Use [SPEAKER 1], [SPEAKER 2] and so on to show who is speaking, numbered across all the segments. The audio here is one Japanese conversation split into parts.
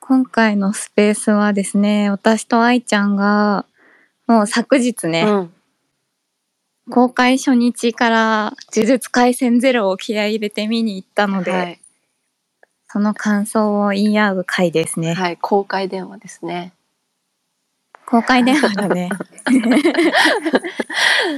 [SPEAKER 1] 今回のスペースはですね、私と愛ちゃんが、もう昨日ね、
[SPEAKER 2] うん。
[SPEAKER 1] 公開初日から呪術廻戦ゼロを気合い入れて見に行ったので、
[SPEAKER 2] はい。
[SPEAKER 1] その感想を言い合う回ですね。
[SPEAKER 2] はい。公開電話ですね。
[SPEAKER 1] 公開電話だ ね。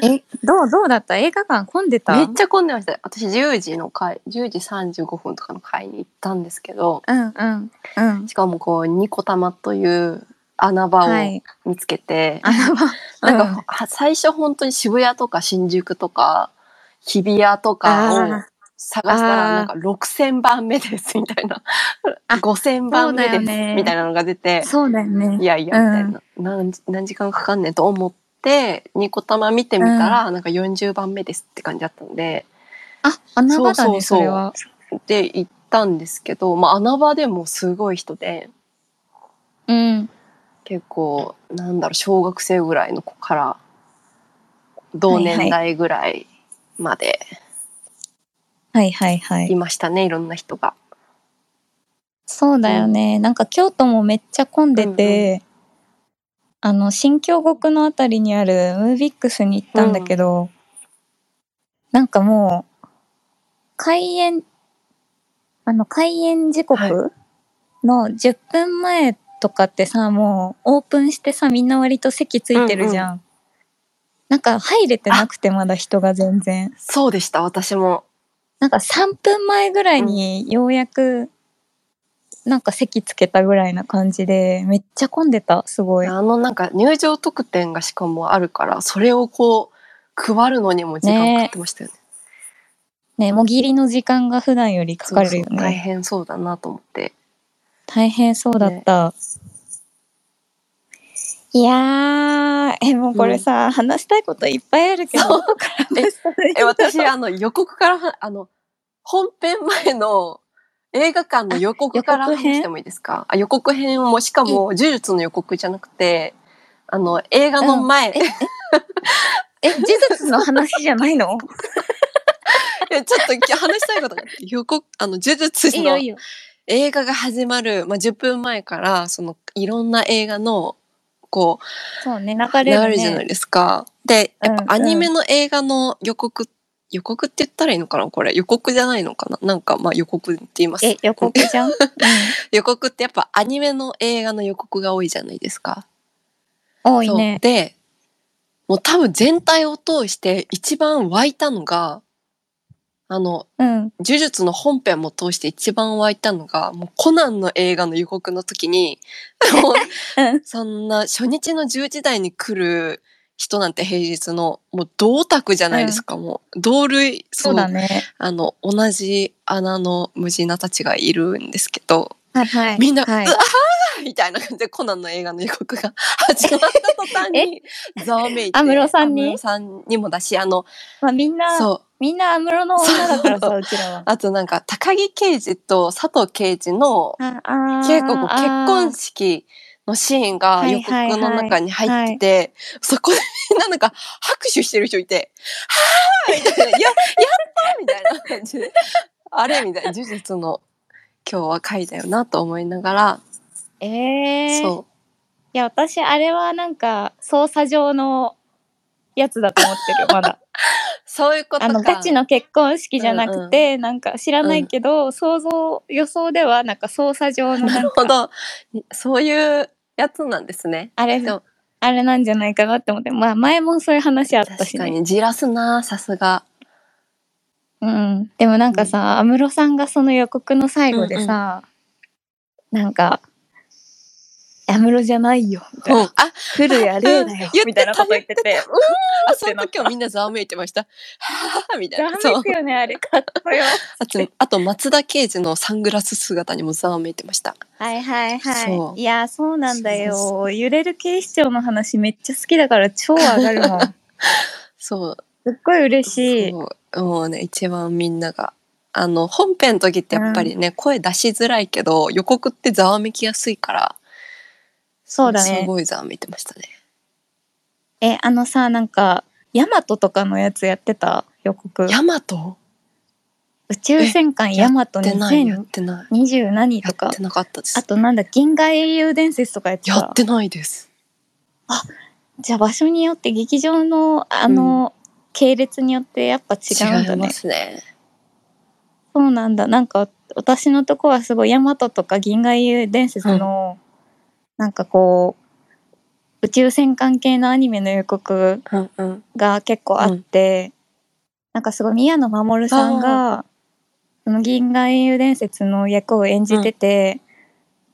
[SPEAKER 1] え、どう、どうだった映画館混んでた
[SPEAKER 2] めっちゃ混んでました。私10時の回、10時35分とかの回に行ったんですけど、
[SPEAKER 1] うんうんうん。
[SPEAKER 2] しかもこう、ニコ玉という穴場
[SPEAKER 1] は
[SPEAKER 2] を
[SPEAKER 1] い。
[SPEAKER 2] 見つけて、
[SPEAKER 1] あの、
[SPEAKER 2] なんか、は最初本当に渋谷とか新宿とか、日比谷とかを
[SPEAKER 1] あ
[SPEAKER 2] 探したら、な
[SPEAKER 1] あ
[SPEAKER 2] ん
[SPEAKER 1] ー
[SPEAKER 2] か6000番目ですみたいな
[SPEAKER 1] あ、
[SPEAKER 2] 5000番目です
[SPEAKER 1] そうだよね
[SPEAKER 2] みたいなのが出て、
[SPEAKER 1] そうだよ
[SPEAKER 2] い
[SPEAKER 1] ね。
[SPEAKER 2] やいや、みたいな、なん、何時間かかんねんと思って、ニコ玉見てみたら、なんか40番目ですって感じだったので、
[SPEAKER 1] あ、穴場だね、
[SPEAKER 2] そ
[SPEAKER 1] そ
[SPEAKER 2] うそうそう
[SPEAKER 1] れは。
[SPEAKER 2] で、行ったんですけど、まあ、穴場でもすごい人で、
[SPEAKER 1] うん。
[SPEAKER 2] 結構、なんだろう、小学生ぐらいの子から、同年代ぐらいまで
[SPEAKER 1] はいはいはい
[SPEAKER 2] い。ましたね、いろんな人が。
[SPEAKER 1] そうだよね。なんか京都もめっちゃ混んでて、あの、新京極のあたりにあるムービックスに行ったんだけど、なんかもう、開演、あの、開演時
[SPEAKER 2] は
[SPEAKER 1] 刻の10分前とかってさ、もうオープンしてさ、みんな割と席ついてるじゃん。なんか入れてなくてまだ人が全然。
[SPEAKER 2] そうでした、私も。
[SPEAKER 1] なんか3分前ぐらいにようやく、なんか席つけたぐらいな感じで、めっちゃ混んでた、すごい。
[SPEAKER 2] あの、なんか入場特典がしかもあるから、それをこう、配るのにも時間かかってましたよね。
[SPEAKER 1] ね、もぎりの時間が普段よりかかるよ
[SPEAKER 2] そうそう大
[SPEAKER 1] ね。
[SPEAKER 2] 変そうだなと思って。
[SPEAKER 1] 大変そうだった。いやー、え、もうこれさ、話したいこといっぱいあるけど、
[SPEAKER 2] そう
[SPEAKER 1] どこから話したらいいんだ
[SPEAKER 2] え
[SPEAKER 1] ろう
[SPEAKER 2] 私あの予告からはあの本編前の映画館の予告から
[SPEAKER 1] あ予告編
[SPEAKER 2] 話してもいいですかあ予告編もしかも呪術の予告じゃなくてあの映画の前、い
[SPEAKER 1] え、事実の話じゃ ないの
[SPEAKER 2] やちょっとき話したいことがあって予告 あの呪術
[SPEAKER 1] いいよ
[SPEAKER 2] の
[SPEAKER 1] いいよ。
[SPEAKER 2] 映画が始まる、まあ、10分前からそのいろんな映画のこう
[SPEAKER 1] そうね、
[SPEAKER 2] 流
[SPEAKER 1] 流れる、ね。
[SPEAKER 2] れるじゃないですか。でやっ
[SPEAKER 1] うん
[SPEAKER 2] ぱアニメの映画の予告、予告って言ったらいいのかなこれ予告じゃないのかななんかまあ予告って言います。
[SPEAKER 1] え、予告じ ゃん、うん、
[SPEAKER 2] 予告ってやっぱアニメの映画の予告が多いじゃないですか。
[SPEAKER 1] 多いね。
[SPEAKER 2] そうでもう多分全体を通して一番湧いたのがあの
[SPEAKER 1] うん。
[SPEAKER 2] 呪術の本編も通して一番湧いたのがもうコナンの映画の予告の時にもう
[SPEAKER 1] うん。
[SPEAKER 2] そんな初日の10時台に来る人なんて平日のもう同卓じゃないですか、もう同類
[SPEAKER 1] そうだね。
[SPEAKER 2] あの同じ穴の無人なたちがいるんですけど
[SPEAKER 1] はいはい。
[SPEAKER 2] みんな、
[SPEAKER 1] はいう
[SPEAKER 2] わーみたいな感じでコナンの映画の予告が始まった途端に、ざわめいて。
[SPEAKER 1] 安室さんに
[SPEAKER 2] 安室さんにもだし、あの、
[SPEAKER 1] まあ、みんな、
[SPEAKER 2] そう、
[SPEAKER 1] みんな安室の女だから
[SPEAKER 2] そ
[SPEAKER 1] さ、うちらは。
[SPEAKER 2] あとなんか、高木刑事と佐藤刑事の、
[SPEAKER 1] ああ
[SPEAKER 2] 結構こう結婚
[SPEAKER 1] し
[SPEAKER 2] 式のシーンが予告の中に入ってて、そこで みんななんか拍手してる人いて、はぁーみたいな、や、や ったみたいな感じで、あれみたいな、呪術の今日は回だよなと思いながら、
[SPEAKER 1] ええ
[SPEAKER 2] そう。
[SPEAKER 1] いや、私、あれはなんか、捜査上のやつだと思ってる、ま だ。
[SPEAKER 2] そういうことか。
[SPEAKER 1] あの、ガチの結婚式じゃなくて、なんか知らないけど、想像、予想では、なんか捜査上の
[SPEAKER 2] な
[SPEAKER 1] な
[SPEAKER 2] る
[SPEAKER 1] ん
[SPEAKER 2] ほ
[SPEAKER 1] か、
[SPEAKER 2] ど。そういうやつなんですね。
[SPEAKER 1] あれ
[SPEAKER 2] でも、
[SPEAKER 1] あれなんじゃないかなって思って、まあ、前もそういう話あった
[SPEAKER 2] 確
[SPEAKER 1] し
[SPEAKER 2] か
[SPEAKER 1] ね。
[SPEAKER 2] に、じらすな、さすが。
[SPEAKER 1] うん。でもなんかさ、安室さんがその予告の最後でさ、なんか、安室じゃないよ、みたいな。
[SPEAKER 2] あ、
[SPEAKER 1] 来るやれだよ
[SPEAKER 2] うん
[SPEAKER 1] みたいなこと 言ってて。
[SPEAKER 2] 言って
[SPEAKER 1] う
[SPEAKER 2] あ
[SPEAKER 1] あ
[SPEAKER 2] その時はみんなざわめいてました。はぁみたい
[SPEAKER 1] ダ
[SPEAKER 2] な。
[SPEAKER 1] メ
[SPEAKER 2] そう
[SPEAKER 1] ですよね、あれ。かっこよ。
[SPEAKER 2] あと、あと松田刑事のサングラス姿にもざわめいてました。
[SPEAKER 1] はいはい
[SPEAKER 2] そ
[SPEAKER 1] は
[SPEAKER 2] う
[SPEAKER 1] い。いや、そうなんだ
[SPEAKER 2] そう
[SPEAKER 1] よ。揺れる警視庁の話めっちゃ好きだから超上が るもん。す
[SPEAKER 2] そう。
[SPEAKER 1] っごい嬉しい。
[SPEAKER 2] そうもうね、一番みんなが。あの、本編の時ってやっぱりね、声出しづらいけど、予告ってざわめきやすいから、
[SPEAKER 1] そうだ
[SPEAKER 2] す
[SPEAKER 1] ね。
[SPEAKER 2] ごいざわめいてましたね。
[SPEAKER 1] え、あのさ、なんか、ヤマトとかのやつやってた予告。
[SPEAKER 2] ヤマト
[SPEAKER 1] 宇宙戦艦ヤマト
[SPEAKER 2] やってない、やっ
[SPEAKER 1] 2020
[SPEAKER 2] てない。
[SPEAKER 1] 何
[SPEAKER 2] や
[SPEAKER 1] と
[SPEAKER 2] っ
[SPEAKER 1] か
[SPEAKER 2] てなかったです
[SPEAKER 1] あ。となんだ銀河英雄伝説とかやって
[SPEAKER 2] や
[SPEAKER 1] た
[SPEAKER 2] ってないです。
[SPEAKER 1] じゃあ場所によって劇場のあの、系列によってやっぱ違うんだ
[SPEAKER 2] 違いま
[SPEAKER 1] ね
[SPEAKER 2] すね。
[SPEAKER 1] そうなんだなんか私のとこはすごいヤマトとか銀河英雄伝説の、なんかこう宇宙戦艦系のアニメの予告
[SPEAKER 2] うんうん。
[SPEAKER 1] が結構あって、なんかすごい宮野真守さんがその銀河英雄伝説の役を演じてて、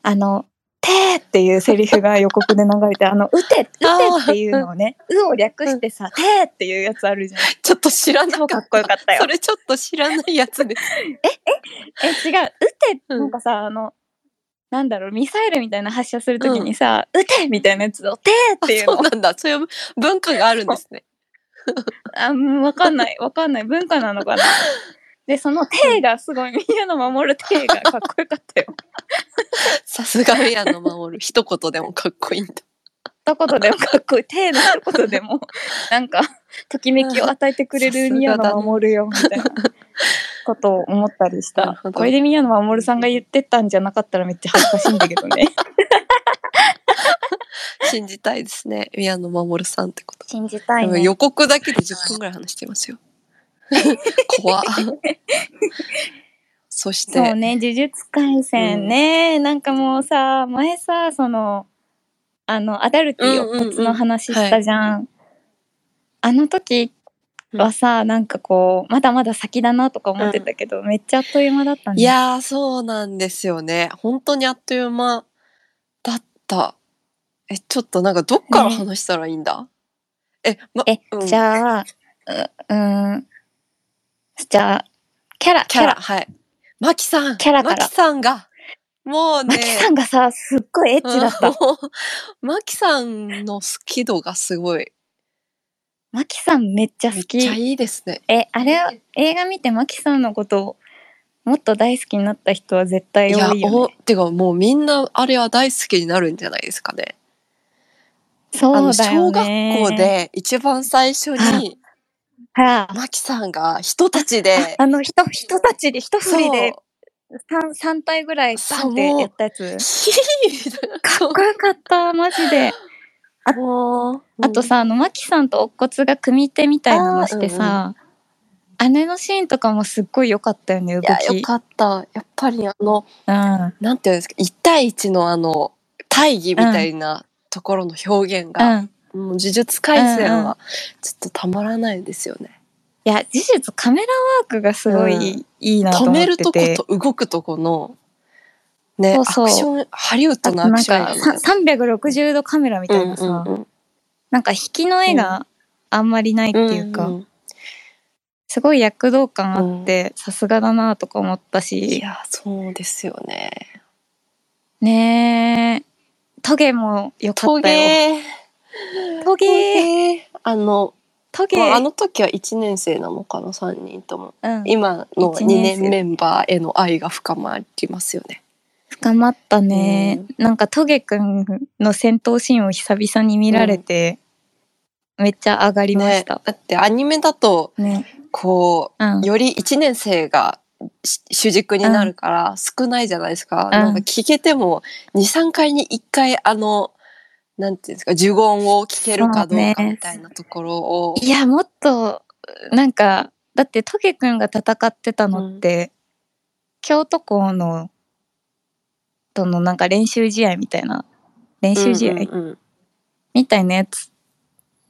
[SPEAKER 1] あの「てー」っていうセリフが予告で流れて「あのうて」うてっていうのをね「う」を略してさ「てー」っていうやつあるじゃん。
[SPEAKER 2] ちょっと知らな
[SPEAKER 1] 超
[SPEAKER 2] かっ
[SPEAKER 1] か
[SPEAKER 2] た。
[SPEAKER 1] っこよかったよ
[SPEAKER 2] そ。れちょっと知らないやつです。
[SPEAKER 1] え違う「うて」
[SPEAKER 2] うん
[SPEAKER 1] なんかさ、あのなんだろうミサイルみたいな発射するときにさ「うて」みたいなやつを「てー」っていう
[SPEAKER 2] あ
[SPEAKER 1] の
[SPEAKER 2] そうなんだ。そういう文化があるんですね。
[SPEAKER 1] あ、うん、わかんない、わかんない、文化なのかな。で、その手がすごい、宮野守る手がかっこよかったよ。
[SPEAKER 2] さすが宮野真守。一言でもかっこいいんだ。
[SPEAKER 1] 一言でもかっこいい、手の一言で も、なんか、ときめきを与えてくれる宮野守るよ、みたいなことを思ったりし
[SPEAKER 2] な
[SPEAKER 1] た
[SPEAKER 2] るほ。ど
[SPEAKER 1] これで宮野守さんが言ってたんじゃなかったらめっちゃ恥ずかしいんだけど ね。
[SPEAKER 2] 信じたいですね。宮野真守さんってこと。
[SPEAKER 1] 信じた
[SPEAKER 2] でも予告だけで10分ぐらい話してま すよ。怖っ。そして、
[SPEAKER 1] そうね、呪術廻戦ね、なんかもうさ、前さ、その、あの、アダルティ
[SPEAKER 2] うんうんうん
[SPEAKER 1] をつの話したじゃん。あの時はさ、なんかこう、まだまだ先だなとか思ってたけど、めっちゃあっという間だったね。
[SPEAKER 2] いやー、そうなんですよね。本当にあっという間だった。え、ちょっとなんかどっから
[SPEAKER 1] ね
[SPEAKER 2] 話したらいいんだ、え、ま、
[SPEAKER 1] え、
[SPEAKER 2] うん
[SPEAKER 1] じゃあ、う、うん、じゃあ、キャラ、
[SPEAKER 2] キャラ、はい。マキさん。
[SPEAKER 1] キャラから
[SPEAKER 2] マキさんが、も
[SPEAKER 1] マ
[SPEAKER 2] うね、
[SPEAKER 1] キさんがさ、すっごいエッチだった。
[SPEAKER 2] もうマキさんの好き度がすごい。
[SPEAKER 1] マキさんめっちゃ
[SPEAKER 2] め
[SPEAKER 1] 好
[SPEAKER 2] っち
[SPEAKER 1] き
[SPEAKER 2] ゃ。いいですね。
[SPEAKER 1] えあれ映画見てマキさんのことをもっと大好きになった人は絶
[SPEAKER 2] い
[SPEAKER 1] 対
[SPEAKER 2] や
[SPEAKER 1] 多い、よ、
[SPEAKER 2] お
[SPEAKER 1] ね、、
[SPEAKER 2] てかもうみんなあれは大好きになるんじゃないですかね。あ
[SPEAKER 1] そ
[SPEAKER 2] の、
[SPEAKER 1] うだ
[SPEAKER 2] 小
[SPEAKER 1] よ
[SPEAKER 2] 学
[SPEAKER 1] ね
[SPEAKER 2] 校で一番最初に、
[SPEAKER 1] はあ
[SPEAKER 2] マキさんが人たちで、
[SPEAKER 1] あの人人たちで一振りで
[SPEAKER 2] そう
[SPEAKER 1] 三三体ぐらい
[SPEAKER 2] そう
[SPEAKER 1] パンってやったやつ
[SPEAKER 2] ヒーみたいな。
[SPEAKER 1] かっこよかったマジで
[SPEAKER 2] もう
[SPEAKER 1] あと、さあのマキさんと乙骨が組手みたいなのしてさあ,、れのシーンとかもすっごい良かったよね動
[SPEAKER 2] いや、
[SPEAKER 1] き
[SPEAKER 2] よかった。やっぱりあの、
[SPEAKER 1] うん
[SPEAKER 2] なんていうんですか、一対一のあの、大義みたいなところの表現が、
[SPEAKER 1] うん
[SPEAKER 2] もう呪術廻戦
[SPEAKER 1] うんう
[SPEAKER 2] は、ちょっとたまらないですよね。
[SPEAKER 1] いや事実カメラワークがすごい、
[SPEAKER 2] うん
[SPEAKER 1] いいなと
[SPEAKER 2] 止
[SPEAKER 1] 思って
[SPEAKER 2] め
[SPEAKER 1] て
[SPEAKER 2] るとこと動くとこの、ね、
[SPEAKER 1] そうそう
[SPEAKER 2] アクション、ハリウッド
[SPEAKER 1] あと
[SPEAKER 2] の
[SPEAKER 1] な
[SPEAKER 2] ア
[SPEAKER 1] ん
[SPEAKER 2] ク
[SPEAKER 1] か
[SPEAKER 2] ションやな
[SPEAKER 1] さ360度カメラみたいなさ、
[SPEAKER 2] うんうんうん
[SPEAKER 1] なんか引きの絵があんまりないっていうか、
[SPEAKER 2] んん
[SPEAKER 1] すごい躍動感あってさすがだなとか思った
[SPEAKER 2] い
[SPEAKER 1] し
[SPEAKER 2] や、そうですよね。
[SPEAKER 1] ねえトゲもよか
[SPEAKER 2] ト
[SPEAKER 1] ったよ
[SPEAKER 2] ゲー。
[SPEAKER 1] ト
[SPEAKER 2] ト
[SPEAKER 1] ゲ
[SPEAKER 2] ゲー。あの、
[SPEAKER 1] トゲ
[SPEAKER 2] まああの時は1年生なのかな、3人とも。
[SPEAKER 1] うん、
[SPEAKER 2] 今の
[SPEAKER 1] 一
[SPEAKER 2] 2
[SPEAKER 1] 年生
[SPEAKER 2] 年メンバーへの愛が深まりますよね。
[SPEAKER 1] 深まったね、なんかトゲくんの戦闘シーンを久々に見られて、めっちゃ上がりま
[SPEAKER 2] ね、
[SPEAKER 1] し
[SPEAKER 2] だ
[SPEAKER 1] た
[SPEAKER 2] ってアニメだと
[SPEAKER 1] ね
[SPEAKER 2] こ
[SPEAKER 1] うん
[SPEAKER 2] うより1年生がし主軸になるから少ないじゃないですか。
[SPEAKER 1] ん
[SPEAKER 2] なんか聞けても23回に1回あのなんていうんですか呪言を聞けるかどうかみたいなところを。
[SPEAKER 1] いやもっとなんかだってトゲくんが戦ってたのって、京都校のとのなんか練習試合みたいな練習試合、
[SPEAKER 2] うんうんうん
[SPEAKER 1] みたいなやつ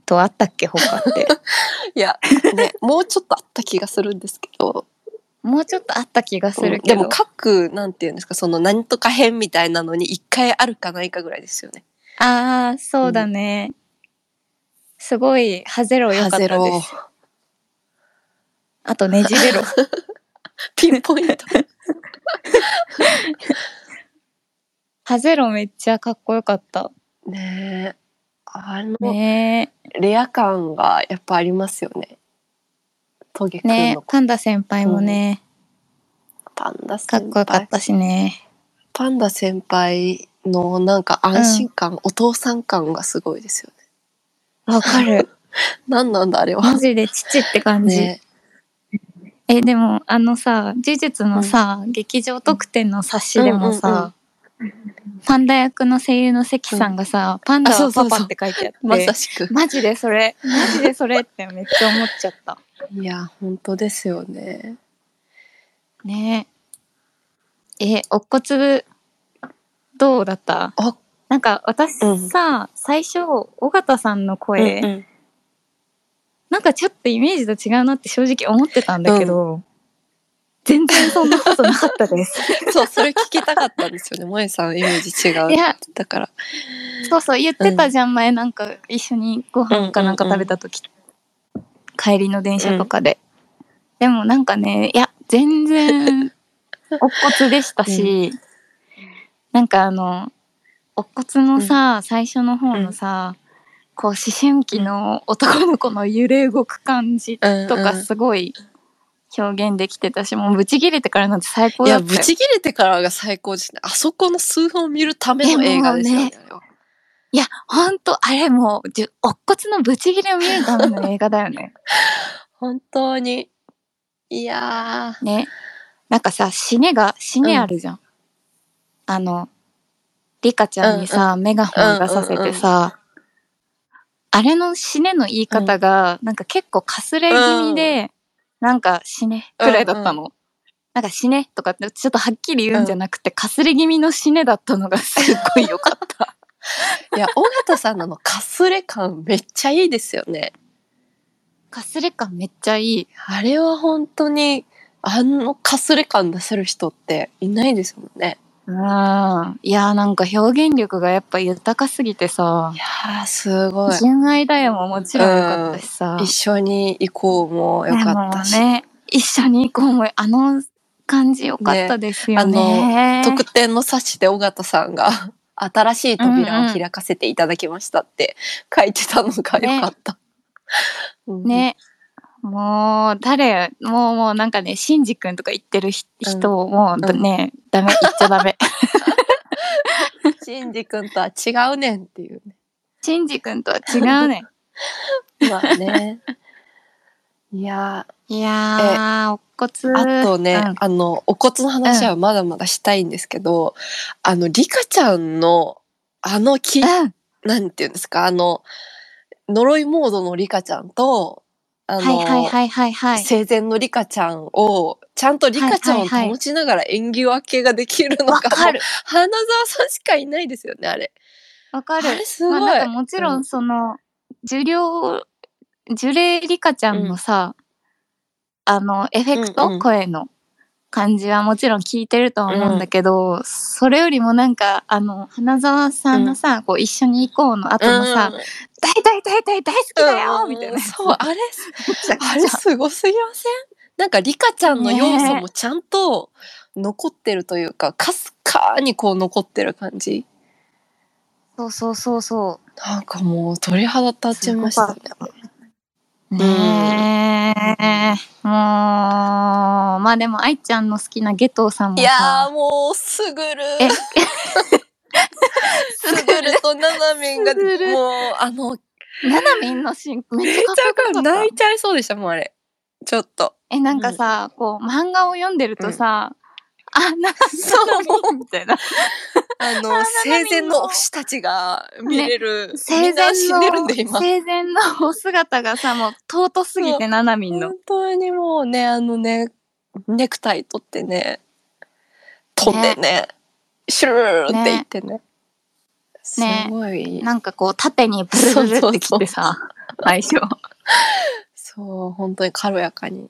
[SPEAKER 1] とあったっけ他って
[SPEAKER 2] いや、ね、もうちょっとあった気がするんですけど
[SPEAKER 1] もうちょっとあった気がす
[SPEAKER 2] う
[SPEAKER 1] る
[SPEAKER 2] んで
[SPEAKER 1] けど、
[SPEAKER 2] も各なんていうんですかその何とか編みたいなのに1回あるかないかぐらいですよ ね。
[SPEAKER 1] ああそうだね、すごいハゼロ良かったで
[SPEAKER 2] ハゼロ
[SPEAKER 1] すあとねじれ ろ
[SPEAKER 2] ピンポイン ト。
[SPEAKER 1] ハゼロめっちゃかっこよかった
[SPEAKER 2] ねえあの、
[SPEAKER 1] ね
[SPEAKER 2] レア感がやっぱありますよねトゲくん
[SPEAKER 1] ね
[SPEAKER 2] の
[SPEAKER 1] パンダ先輩もね、
[SPEAKER 2] パンダ
[SPEAKER 1] かっ
[SPEAKER 2] 先輩
[SPEAKER 1] こよかったしね
[SPEAKER 2] パンダ先輩のなんか安心感、お父さん感がすごいですよね
[SPEAKER 1] わかる
[SPEAKER 2] 何なんだあれは
[SPEAKER 1] マジで父って感じ、
[SPEAKER 2] ね
[SPEAKER 1] えでもあのさ呪術のさ、劇場特典の冊子でもさ、パンダ役の声優の関さんがさ、パンダはパパって書いてあって
[SPEAKER 2] まさしく。
[SPEAKER 1] マジでそれマジでそれってめっちゃ思っちゃった。
[SPEAKER 2] いや、本当ですよね。
[SPEAKER 1] ねえ。え、お骨どうだった
[SPEAKER 2] あ
[SPEAKER 1] なんか私
[SPEAKER 2] うん
[SPEAKER 1] さ、最初尾形さんの声、
[SPEAKER 2] うんうん
[SPEAKER 1] なんかちょっとイメージと違うなって正直思ってたんだけど、全然そんなことなかったです。
[SPEAKER 2] そう、それ聞きたかったんですよね。萌えさんイメージ違うって
[SPEAKER 1] い
[SPEAKER 2] 言
[SPEAKER 1] や
[SPEAKER 2] っ、てたから。
[SPEAKER 1] そうそう言ってたじゃん、前なんか一緒にご飯かなんか食べた時、帰りの電車とかで、でもなんかねいや全然お骨でしたし、なんかあのお骨のさ、最初の方のさ、こう思春期の男の子の揺れ動く感じ
[SPEAKER 2] うん
[SPEAKER 1] とか
[SPEAKER 2] うん
[SPEAKER 1] すごい表現できてたし、もうブチ切れてからなんて最高
[SPEAKER 2] い
[SPEAKER 1] だ
[SPEAKER 2] や、
[SPEAKER 1] った
[SPEAKER 2] ブ
[SPEAKER 1] よ
[SPEAKER 2] チ切れてからが最高ですね。あそこの数分を見るための映画ですよね。あれはい
[SPEAKER 1] やほんとあれもうじゅお骨のブチ切れを見るための映画だよね。
[SPEAKER 2] 本当に。いや
[SPEAKER 1] ね。なんかさ、死ねが、死ねあるじゃん。あの、リカちゃんにさ、メガホン出させてさ、あれの死ねの言い方が、なんか結構かすれ気味で、なんか死ねくらいだったの。なんか死ねとかってちょっとはっきり言うんじゃなくて、かすれ気味の死ねだったのがすっごい良か った。
[SPEAKER 2] ー。いや、尾形さんのあのかすれ感めっちゃいいですよね。
[SPEAKER 1] かすれ感めっちゃいい。
[SPEAKER 2] あれは本当に、あのかすれ感出せる人っていないですもんね。
[SPEAKER 1] うん。いやーなんか表現力がやっぱ豊かすぎてさ
[SPEAKER 2] い、やー、すごい。
[SPEAKER 1] 純愛だよももちろん良かったしさ。
[SPEAKER 2] 一緒に行こうもよかったし。
[SPEAKER 1] でもね、一緒に行こうもあの感じよかったですよね。
[SPEAKER 2] 特典の冊子で尾形さんが 新しい扉を開かせていただきましたって書いてたのが良かった。うん
[SPEAKER 1] ね。もう、誰、もう、もうなんかね、シンジ君とか言ってるひ
[SPEAKER 2] うん
[SPEAKER 1] 人をもう
[SPEAKER 2] うん
[SPEAKER 1] ね、ダメ、言っちゃダメ。
[SPEAKER 2] シンジ君とは違うねんっていう、
[SPEAKER 1] シンジ君とは違うね。
[SPEAKER 2] ね。まあね。いや
[SPEAKER 1] いやー、お
[SPEAKER 2] ー
[SPEAKER 1] 骨。
[SPEAKER 2] あとね、
[SPEAKER 1] うん
[SPEAKER 2] あのお骨の話はまだまだしたいんですけど、あのリカちゃんのあのき、
[SPEAKER 1] うん。
[SPEAKER 2] なんていうんですかあの呪いモードのリカちゃんとあの、
[SPEAKER 1] はいはいはいはいはい。
[SPEAKER 2] 生前のリカちゃんを、ちゃんとリカちゃんを保ちながら演技分けができるのが、
[SPEAKER 1] わかる
[SPEAKER 2] もう花澤さんしかいないですよね、あれ。
[SPEAKER 1] わかる
[SPEAKER 2] あ。れすごい。
[SPEAKER 1] まあなんかもちろ
[SPEAKER 2] うん
[SPEAKER 1] その、受領、受霊リカちゃんのさ、あの、エフェクト、
[SPEAKER 2] うんうん
[SPEAKER 1] 声の感じはもちろん聞いてるとは思うんだけど、それよりもなんか、あの、花澤さんのさ、こう一緒に行こうの後のさ、
[SPEAKER 2] うん
[SPEAKER 1] 大大大大大好きだよ
[SPEAKER 2] うん
[SPEAKER 1] みたいな。
[SPEAKER 2] そう、あれ、
[SPEAKER 1] めちゃくちゃ
[SPEAKER 2] あれすごすぎませんなんかリカちゃんの要素
[SPEAKER 1] ね
[SPEAKER 2] もちゃんと残ってるというか、かすかにこう残ってる感じ。
[SPEAKER 1] そうそうそうそ
[SPEAKER 2] なんかもう鳥肌立ちましたね。
[SPEAKER 1] う。ねえ。もう、まあでも愛ちゃんの好きなゲトウさんもさ、
[SPEAKER 2] いやーもう、すぐる
[SPEAKER 1] え。
[SPEAKER 2] すぐるとななみんが、
[SPEAKER 1] すぐる
[SPEAKER 2] もう、あの、
[SPEAKER 1] ななみんのシーンめっちゃかっこよかった。
[SPEAKER 2] 泣いちゃいそうでしたもん、あれ。ちょっと。
[SPEAKER 1] えなんかさ、こう漫画を読んでるとさ、あなんかそうみたいな
[SPEAKER 2] あ
[SPEAKER 1] あ
[SPEAKER 2] の、
[SPEAKER 1] ーなな
[SPEAKER 2] 生前
[SPEAKER 1] みん
[SPEAKER 2] の
[SPEAKER 1] の
[SPEAKER 2] 推したちが見れる。み
[SPEAKER 1] 生
[SPEAKER 2] んな
[SPEAKER 1] 前
[SPEAKER 2] 死んでるんで、
[SPEAKER 1] の
[SPEAKER 2] 今。
[SPEAKER 1] 生前のお姿がさもう尊すぎ
[SPEAKER 2] そ
[SPEAKER 1] てななみんの
[SPEAKER 2] 本当にもうね、あのね、ネクタイ取ってね、飛んでね、シュルーって言ってね。すごい。
[SPEAKER 1] なんかこう縦にブルブルってきて さ相性
[SPEAKER 2] そう、本当に軽やかに。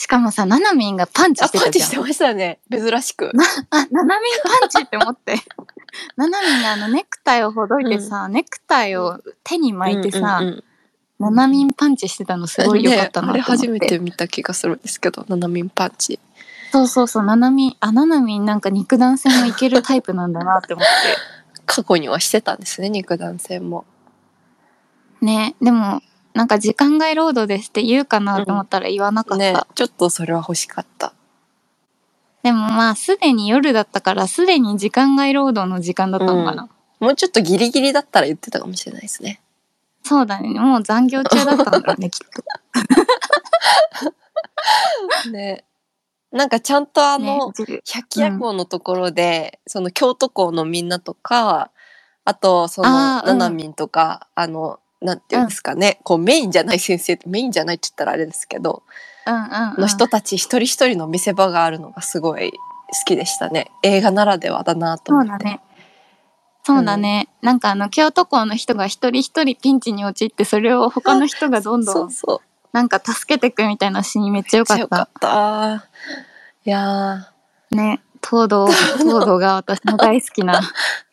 [SPEAKER 1] しかもさななみんがパンチ
[SPEAKER 2] あ、
[SPEAKER 1] して
[SPEAKER 2] パ
[SPEAKER 1] た
[SPEAKER 2] ンチ
[SPEAKER 1] じゃ
[SPEAKER 2] し
[SPEAKER 1] ん
[SPEAKER 2] てましたね。珍しく。
[SPEAKER 1] あななみんパンチって思って ななみんがあのネクタイをほどいてさ、ネクタイを手に巻いてさ、
[SPEAKER 2] うんうんうん
[SPEAKER 1] ななみんパンチしてたのすごい良かったな
[SPEAKER 2] ね
[SPEAKER 1] っ
[SPEAKER 2] あ
[SPEAKER 1] て
[SPEAKER 2] れ
[SPEAKER 1] 思って、
[SPEAKER 2] 初めて見た気がするんですけど、ナナミンパンチ。
[SPEAKER 1] そうそうそう、ななみ、あ、ななみなんか肉弾戦もいけるタイプなんだなって思 っ
[SPEAKER 2] 過去にはしてたんですね、肉弾戦も。
[SPEAKER 1] て。ね、でも、なんか時間外労働ですって言うかなと思ったら言わなかった。
[SPEAKER 2] ね、ちょっとそれは欲しかった。
[SPEAKER 1] でもまあ、すでに夜だったから、すでに時間外労働の時間だったのかな。
[SPEAKER 2] もうちょっとギリギリだったら言ってたかもしれな いですね。
[SPEAKER 1] そうだね、もう残業中だったんだろうね、きっと。
[SPEAKER 2] ね。なんかちゃんとあの、
[SPEAKER 1] ね
[SPEAKER 2] 百鬼夜行のところで、その京都校のみんなとかあとその
[SPEAKER 1] あーう
[SPEAKER 2] なんなみんとかあのなんていうんですかね、こうメインじゃない先生メインじゃないって言ったらあれですけど、
[SPEAKER 1] うんうんうん
[SPEAKER 2] の人たち一人一人の見せ場があるのがすごい好きでしたね映画ならではだなと
[SPEAKER 1] そ
[SPEAKER 2] 思っ
[SPEAKER 1] う
[SPEAKER 2] て
[SPEAKER 1] だね。そうだね。なんかあの京都校の人が一人一人ピンチに陥ってそれを他の人がどん
[SPEAKER 2] そ
[SPEAKER 1] どん
[SPEAKER 2] うそう
[SPEAKER 1] なんか助けてくみたいなシーンめっちゃ良かっ
[SPEAKER 2] 強
[SPEAKER 1] た
[SPEAKER 2] か。ったいや
[SPEAKER 1] ね。東 堂、東堂が私の大好きな。
[SPEAKER 2] ー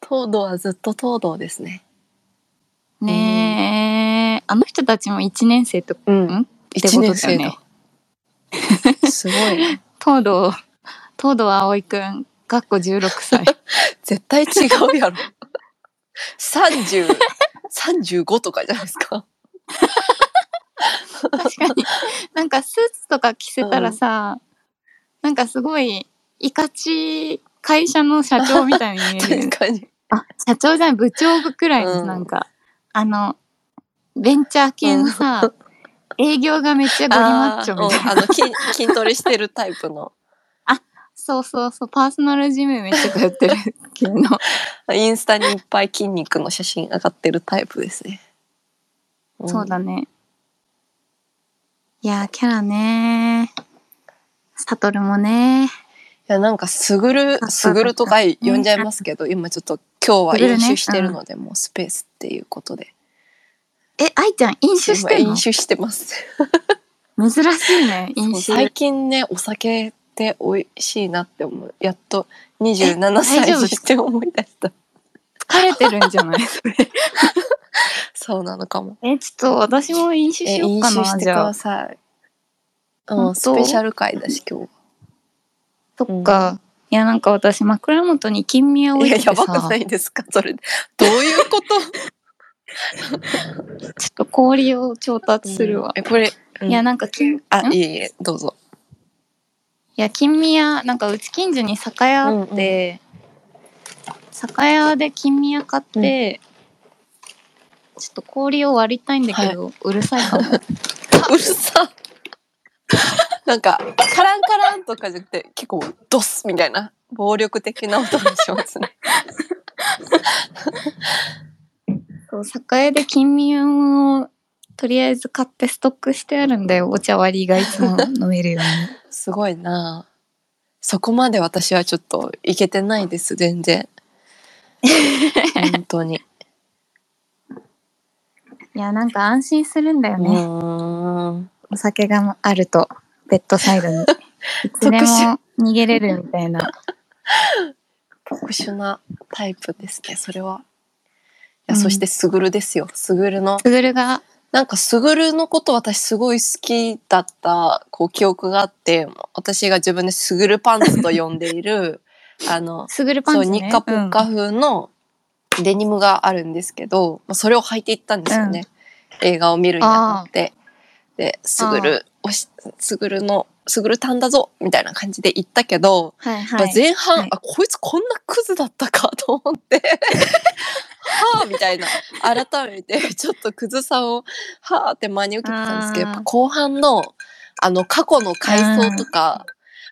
[SPEAKER 2] 東堂はずっと東堂ですね
[SPEAKER 1] ねえ。あの人たちも1年生とか、
[SPEAKER 2] うん
[SPEAKER 1] って
[SPEAKER 2] 一
[SPEAKER 1] こと
[SPEAKER 2] 年
[SPEAKER 1] だ
[SPEAKER 2] 生
[SPEAKER 1] よね
[SPEAKER 2] だ。すごいね
[SPEAKER 1] 東堂、東堂葵くん、かっこ16歳。
[SPEAKER 2] 絶対違うやろ30 35とかじゃないですか
[SPEAKER 1] 確かに。なんかスーツとか着せたらさ、なんかすごい、いかち会社の社長みたいに見えるよね。
[SPEAKER 2] 確かに
[SPEAKER 1] あ、社長じゃない、部長部くらいの、
[SPEAKER 2] うん
[SPEAKER 1] なんか、あの、ベンチャー系のさ、営業がめっちゃゴリマッチョみたいな。
[SPEAKER 2] あーうんあの筋筋トレしてるタイプの
[SPEAKER 1] そうそうそう、パーソナルジムめっちゃ通って る系の。
[SPEAKER 2] インスタにいっぱい筋肉の写真上がってるタイプですね、ん
[SPEAKER 1] そうだね。いやー、キャラねー。サトルもね
[SPEAKER 2] いやなんかすぐる
[SPEAKER 1] あ
[SPEAKER 2] すぐるとか呼んじゃいますけど、今ちょっと今日は
[SPEAKER 1] すぐる
[SPEAKER 2] 飲
[SPEAKER 1] ね
[SPEAKER 2] 酒してるので、もうスペースっていうことで
[SPEAKER 1] え、愛ちゃん飲酒してん
[SPEAKER 2] 今
[SPEAKER 1] の
[SPEAKER 2] 飲酒してます
[SPEAKER 1] 珍しいね、飲
[SPEAKER 2] 最
[SPEAKER 1] 酒。
[SPEAKER 2] 近ねお酒って美味しいなって思うやっと27歳
[SPEAKER 1] 大丈夫
[SPEAKER 2] にして思い出した
[SPEAKER 1] 疲れてるんじゃ ない
[SPEAKER 2] そうなのかも
[SPEAKER 1] え、ちょっと私も飲酒
[SPEAKER 2] え
[SPEAKER 1] しよう
[SPEAKER 2] 飲
[SPEAKER 1] か
[SPEAKER 2] 酒
[SPEAKER 1] な、
[SPEAKER 2] して
[SPEAKER 1] じ
[SPEAKER 2] く
[SPEAKER 1] ゃ
[SPEAKER 2] だ
[SPEAKER 1] あ。
[SPEAKER 2] さい
[SPEAKER 1] 本
[SPEAKER 2] う
[SPEAKER 1] 当
[SPEAKER 2] ん、スペシャル回だし今日
[SPEAKER 1] そっか。いや、なんか私、枕元に金宮
[SPEAKER 2] は
[SPEAKER 1] 置
[SPEAKER 2] い
[SPEAKER 1] い
[SPEAKER 2] や
[SPEAKER 1] てて
[SPEAKER 2] やばく
[SPEAKER 1] さ
[SPEAKER 2] な、いですかそれどういうこと
[SPEAKER 1] ちょっと氷を調達するわ。
[SPEAKER 2] えこれ、うん
[SPEAKER 1] いや、なんか金、
[SPEAKER 2] あ
[SPEAKER 1] ん
[SPEAKER 2] い
[SPEAKER 1] い
[SPEAKER 2] えいえどうぞ
[SPEAKER 1] や、金宮、なんかうち近所に酒屋あって、酒屋で金宮買って、ちょっと氷を割りたいんだけど、うるさい かも。
[SPEAKER 2] うるさ。なんか、カランカランとかじゃなくて、結構ドスみたいな、暴力的な音がしますね。
[SPEAKER 1] そう酒屋で金宮をとりあえず買ってストックしてあるんだよ。お茶割りがいつも飲めるように。
[SPEAKER 2] すごいなそこまで私はちょっといけてないです、全然。本当に。
[SPEAKER 1] いや、なんか安心するんだよ
[SPEAKER 2] う
[SPEAKER 1] ね。
[SPEAKER 2] ーん。
[SPEAKER 1] お酒があるとベッドサイ ドにいつでも逃げれるみたい な
[SPEAKER 2] 特殊なタイプですね、それは。いや、
[SPEAKER 1] うん
[SPEAKER 2] そして、すぐるですよ。すぐるの。
[SPEAKER 1] スグルが
[SPEAKER 2] なんか、すぐるのこと私すごい好きだった、こう、記憶があって、私が自分ですぐるパンツと呼んでいる、あの、
[SPEAKER 1] スグルパンツ、ね、
[SPEAKER 2] そうニッカポッカ風のデニムがあるんですけど、まあ、それを履いていったんですよね、映画を見るにあたってで「すぐるおしすぐるのすぐるたんだぞ」みたいな感じで行ったけど、
[SPEAKER 1] うんはい
[SPEAKER 2] やっ
[SPEAKER 1] は
[SPEAKER 2] ぱ
[SPEAKER 1] い
[SPEAKER 2] 前半、
[SPEAKER 1] はい
[SPEAKER 2] あこいつこんなクズだったかと思って はあみたいな改めてちょっとクズさをはあって真に受けてたんですけど
[SPEAKER 1] あー
[SPEAKER 2] やっぱ後半のあの過去の回想とか、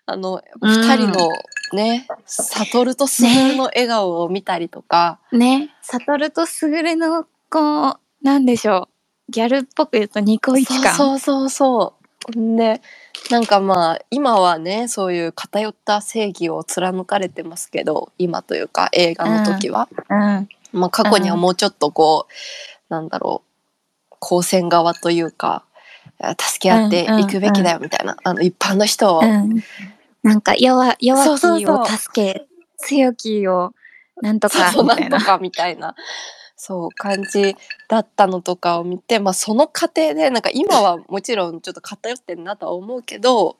[SPEAKER 2] あの二人のね、悟るとスグルの笑顔を見たりとか、
[SPEAKER 1] ねサトルとスグルのこうなんでしょうギャルっぽく言うとニコイチ感
[SPEAKER 2] そうそうそうそうでなんかまあ今はねそういう偏った正義を貫かれてますけど今というか映画の時は、
[SPEAKER 1] うん
[SPEAKER 2] まあ、過去にはもうちょっとこう、なんだろう光線側というかあ助け合っていくべきだよみたいな、あの一般の人を、
[SPEAKER 1] うんなんか弱弱
[SPEAKER 2] そう
[SPEAKER 1] き
[SPEAKER 2] そう
[SPEAKER 1] を
[SPEAKER 2] そう
[SPEAKER 1] 助け強きをなんとか
[SPEAKER 2] そう
[SPEAKER 1] み
[SPEAKER 2] な
[SPEAKER 1] たい
[SPEAKER 2] んと
[SPEAKER 1] な
[SPEAKER 2] かみたいなそう感じだったのとかを見て、まあ、その過程でなんか今はもちろんちょっと偏ってんなとは思うけど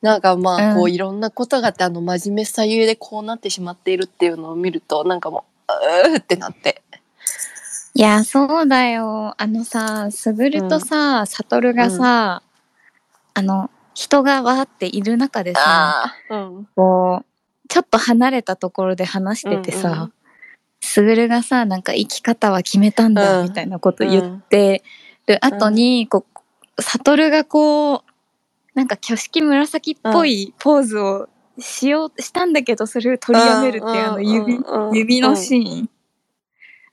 [SPEAKER 2] なんかまあ
[SPEAKER 1] う
[SPEAKER 2] こうんいろんなことがあってあの真面目さゆえでこうなってしまっているっていうのを見るとなんかもううーってなって。
[SPEAKER 1] いやそうだよあのさスグルとさ、サトルがさ、あの人がわーっている中でさ
[SPEAKER 2] あー、うん、
[SPEAKER 1] こうちょっと離れたところで話してて
[SPEAKER 2] うんうん
[SPEAKER 1] さ、すぐるがさなんか生き方は決めたんだ
[SPEAKER 2] うん
[SPEAKER 1] みたいなこと言ってる後に、こう悟がこうなんか挙式紫っぽいポーズをしようしたんだけどそれを取りやめるっていうあの指指のシーン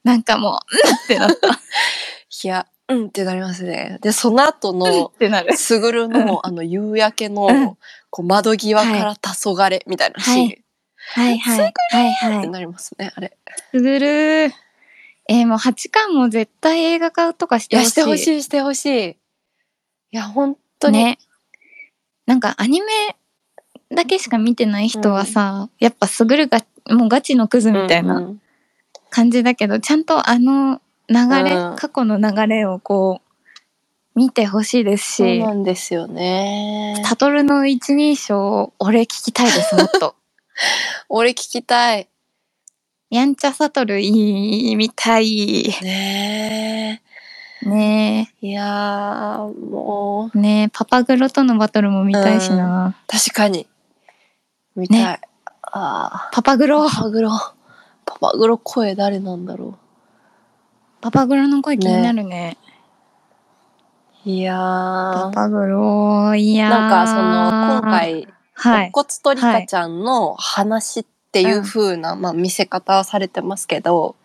[SPEAKER 1] なんかもううんってなった
[SPEAKER 2] いやうんってなりますねでその後
[SPEAKER 1] うん
[SPEAKER 2] の
[SPEAKER 1] ってなる
[SPEAKER 2] すぐるのあの夕焼け
[SPEAKER 1] う
[SPEAKER 2] の
[SPEAKER 1] ん
[SPEAKER 2] こう窓際から黄昏みたいなシーン、
[SPEAKER 1] はいはいはいはいは
[SPEAKER 2] って
[SPEAKER 1] い
[SPEAKER 2] なりますねあれ
[SPEAKER 1] すぐるーえーもう8巻も絶対映画化とかし
[SPEAKER 2] い
[SPEAKER 1] て
[SPEAKER 2] や
[SPEAKER 1] ほしい
[SPEAKER 2] してほしいしてほしいいや本当に、
[SPEAKER 1] ね、なんかアニメだけしか見てない人はさ、やっぱすぐるがもうガチのクズみたいな
[SPEAKER 2] うん
[SPEAKER 1] 感じだけど、ちゃんとあの流れ、
[SPEAKER 2] うん
[SPEAKER 1] 過去の流れをこう見てほしいです
[SPEAKER 2] そう
[SPEAKER 1] し
[SPEAKER 2] なんですよね
[SPEAKER 1] タトルの一人称俺聞きたいですもっ と
[SPEAKER 2] 俺聞きたい
[SPEAKER 1] やんちゃサトルいいみたい
[SPEAKER 2] ね
[SPEAKER 1] ね
[SPEAKER 2] えいやーもう
[SPEAKER 1] えねえパパグロとのバトルも見たいしな、
[SPEAKER 2] 確かに見たい、
[SPEAKER 1] ね
[SPEAKER 2] あ
[SPEAKER 1] パパグ
[SPEAKER 2] ー
[SPEAKER 1] ロ
[SPEAKER 2] パパグロパパグロ声誰なんだろ
[SPEAKER 1] パパグロの声気になるね
[SPEAKER 2] ういや
[SPEAKER 1] パ
[SPEAKER 2] ー
[SPEAKER 1] パグロいやー
[SPEAKER 2] なんかその今回
[SPEAKER 1] はい
[SPEAKER 2] 乙骨鳥香ちゃんの話っていう風な、まあ見せ方はされてますけど、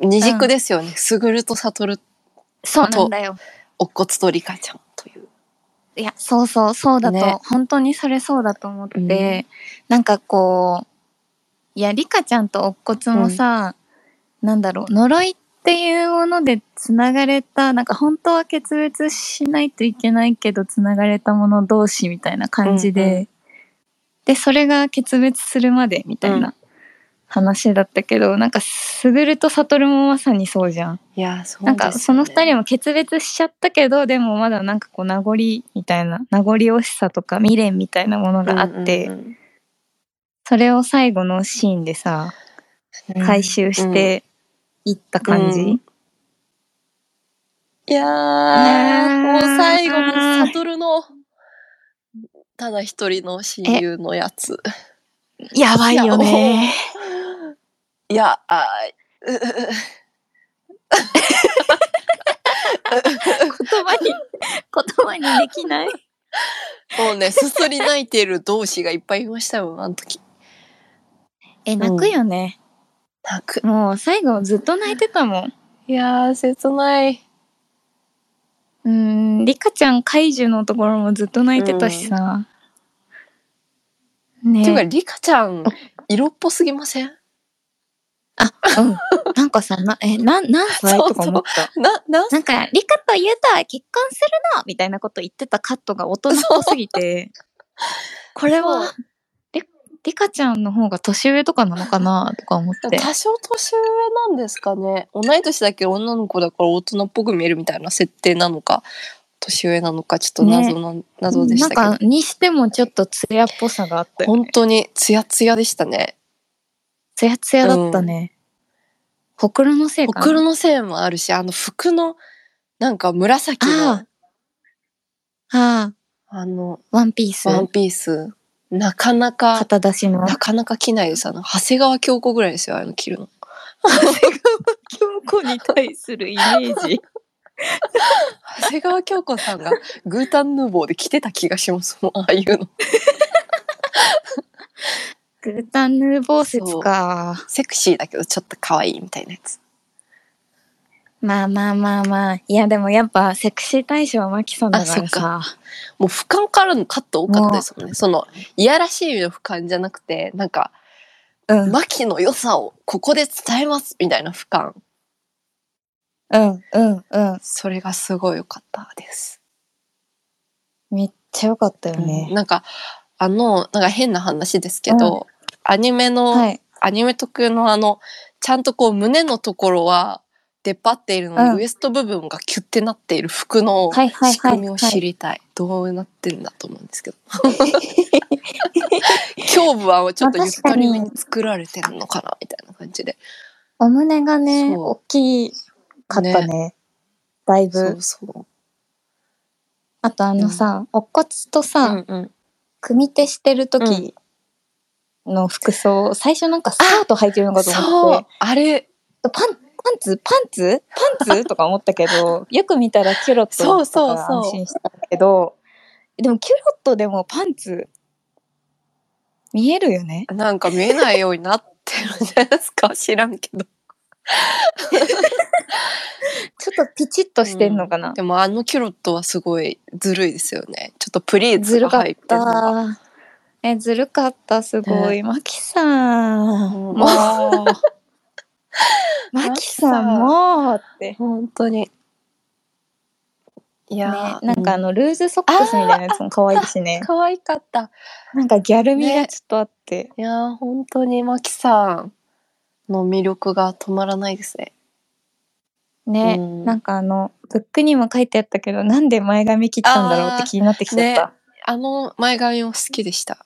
[SPEAKER 2] 二軸ですよね。すぐるとさとる
[SPEAKER 1] そうなんだよ。
[SPEAKER 2] 乙骨鳥香ちゃんという。
[SPEAKER 1] いや、そうそう、そうだと、
[SPEAKER 2] ね
[SPEAKER 1] 本当にそれそうだと思って、
[SPEAKER 2] うん
[SPEAKER 1] なんかこう、いや、リカちゃんと乙骨もさ、なんだろう、呪いっていうもので繋がれた、なんか本当は決別しないといけないけど、繋がれたもの同士みたいな感じで、
[SPEAKER 2] うんう
[SPEAKER 1] で、それが決別するまでみたいな話だったけど、なんか、すぐると悟もまさにそうじゃん。
[SPEAKER 2] いや、そう
[SPEAKER 1] なんか
[SPEAKER 2] です
[SPEAKER 1] そ
[SPEAKER 2] よね
[SPEAKER 1] の二人も決別しちゃったけどでもまだなんかこう名残みたいな名残惜しさとか未練みたいなものがあって、
[SPEAKER 2] うんうん
[SPEAKER 1] それを最後のシーンでさ
[SPEAKER 2] うん
[SPEAKER 1] 回収していった感じ、
[SPEAKER 2] うんいや
[SPEAKER 1] ね
[SPEAKER 2] ー、
[SPEAKER 1] え
[SPEAKER 2] もう最後のサトルの、ただ一人の親友のやつ。
[SPEAKER 1] やばいよね
[SPEAKER 2] いや、あーううう
[SPEAKER 1] 言葉 に言葉にできない
[SPEAKER 2] もうね、すすり泣いている同志がいっぱいいましたよ、あの時。
[SPEAKER 1] え泣くよね、
[SPEAKER 2] 泣く。
[SPEAKER 1] もう最後ずっと泣いてたもん
[SPEAKER 2] いやー、切ない。
[SPEAKER 1] うんリカちゃん怪獣のところもずっと泣いてたしさ、ね
[SPEAKER 2] ていうか、リカちゃん、色っぽすぎません
[SPEAKER 1] うん、なんかさなえな何歳とか思った
[SPEAKER 2] な、なん
[SPEAKER 1] なんか、リカとユタは結婚するのみたいなこと言ってたカットが大人っぽすぎて、これは
[SPEAKER 2] そう
[SPEAKER 1] リ、リカちゃんの方が年上とかなのかなとか思って。
[SPEAKER 2] 多少年上なんですかね。同い年だけど女の子だから大人っぽく見えるみたいな設定なのか、年上なのか、ちょっと謎な、謎でしたけど。
[SPEAKER 1] なんか、にしてもちょっとツヤっぽさがあったよ
[SPEAKER 2] 本
[SPEAKER 1] ね。
[SPEAKER 2] 当にツヤツヤでしたね。
[SPEAKER 1] ツヤツヤだったね。ほくろのせい
[SPEAKER 2] ほ
[SPEAKER 1] かな。
[SPEAKER 2] くろのせいもあるし、あの服の、なんか紫の、
[SPEAKER 1] あ
[SPEAKER 2] あ
[SPEAKER 1] ああ、
[SPEAKER 2] の、
[SPEAKER 1] ワンピース。
[SPEAKER 2] ワンピース、なかなか、
[SPEAKER 1] 肩出しの。
[SPEAKER 2] なかなか着ないです。あの、長谷川京子ぐらいですよ、あの着るの。
[SPEAKER 1] 京子に対するイメージ。
[SPEAKER 2] 長谷川京子さんがグータンヌーボーで着てた気がしますもん、ああいうの。
[SPEAKER 1] グータンヌーボー説か。
[SPEAKER 2] セクシーだけど、ちょっと可愛いみたいなやつ。
[SPEAKER 1] まあまあまあまあ。いやでもやっぱセクシー大賞はマキさんだから
[SPEAKER 2] あそっ
[SPEAKER 1] さ。
[SPEAKER 2] もう俯瞰からのカット多かったですもんね。その、いやらしい意味の俯瞰じゃなくて、なんか、
[SPEAKER 1] うん。
[SPEAKER 2] マキの良さをここで伝えますみたいな俯瞰。
[SPEAKER 1] うんうんうん。
[SPEAKER 2] それがすごい良かったです。
[SPEAKER 1] めっちゃ良かったよ
[SPEAKER 2] うん
[SPEAKER 1] ね。
[SPEAKER 2] なんか、あの、なんか変な話ですけど、アニメの、
[SPEAKER 1] はい。
[SPEAKER 2] アニメ特有のあの、ちゃんとこう胸のところは出っ張っているのに、
[SPEAKER 1] うん
[SPEAKER 2] ウエスト部分がキュッてなっている服の
[SPEAKER 1] はいはいはいはい
[SPEAKER 2] 仕組みを知りたい。どうなってるんだと思うんですけど。胸部はちょっとゆったりめに作られてるのかなみたいな感じで。
[SPEAKER 1] お胸がね、
[SPEAKER 2] そう
[SPEAKER 1] 大きかったね。だい
[SPEAKER 2] そ
[SPEAKER 1] ぶ
[SPEAKER 2] う。そう。
[SPEAKER 1] あとあのさ、お骨と
[SPEAKER 2] う
[SPEAKER 1] さ、
[SPEAKER 2] んうん。
[SPEAKER 1] 組手してる時の服装、最初なんかスカート履いてるのかと思
[SPEAKER 2] そ
[SPEAKER 1] っ
[SPEAKER 2] う。あれ、
[SPEAKER 1] て、パン、パンツパンツ パンツとか思ったけど、よく見たらキュロットだったから
[SPEAKER 2] そうそうそう
[SPEAKER 1] 安心したんだけど、でもキュロットでもパンツ見えるよね
[SPEAKER 2] なんか見えないようになってるんじゃないですか知らんけど。
[SPEAKER 1] ちょっとピチッとしてんのかな、
[SPEAKER 2] でもあのキュロットはすごいずるいですよね。ちょっとプリーズが入ってるのが。
[SPEAKER 1] えずるかったすごい、マキさんもう マキさんもうって
[SPEAKER 2] 本当に。い
[SPEAKER 1] ね
[SPEAKER 2] や、ー
[SPEAKER 1] なんかあのルーズソックスみたいなやつも可愛いしね
[SPEAKER 2] 可愛かった。
[SPEAKER 1] なんかギャル味が
[SPEAKER 2] ね
[SPEAKER 1] ちょっとあって、
[SPEAKER 2] いやー本当にマキさんの魅力が止まらないですね。
[SPEAKER 1] ね、
[SPEAKER 2] うん
[SPEAKER 1] なんかあのブックにも書いてあったけどなんで前髪切ったんだろうって気になってきちゃっ
[SPEAKER 2] あの前髪も好きでした。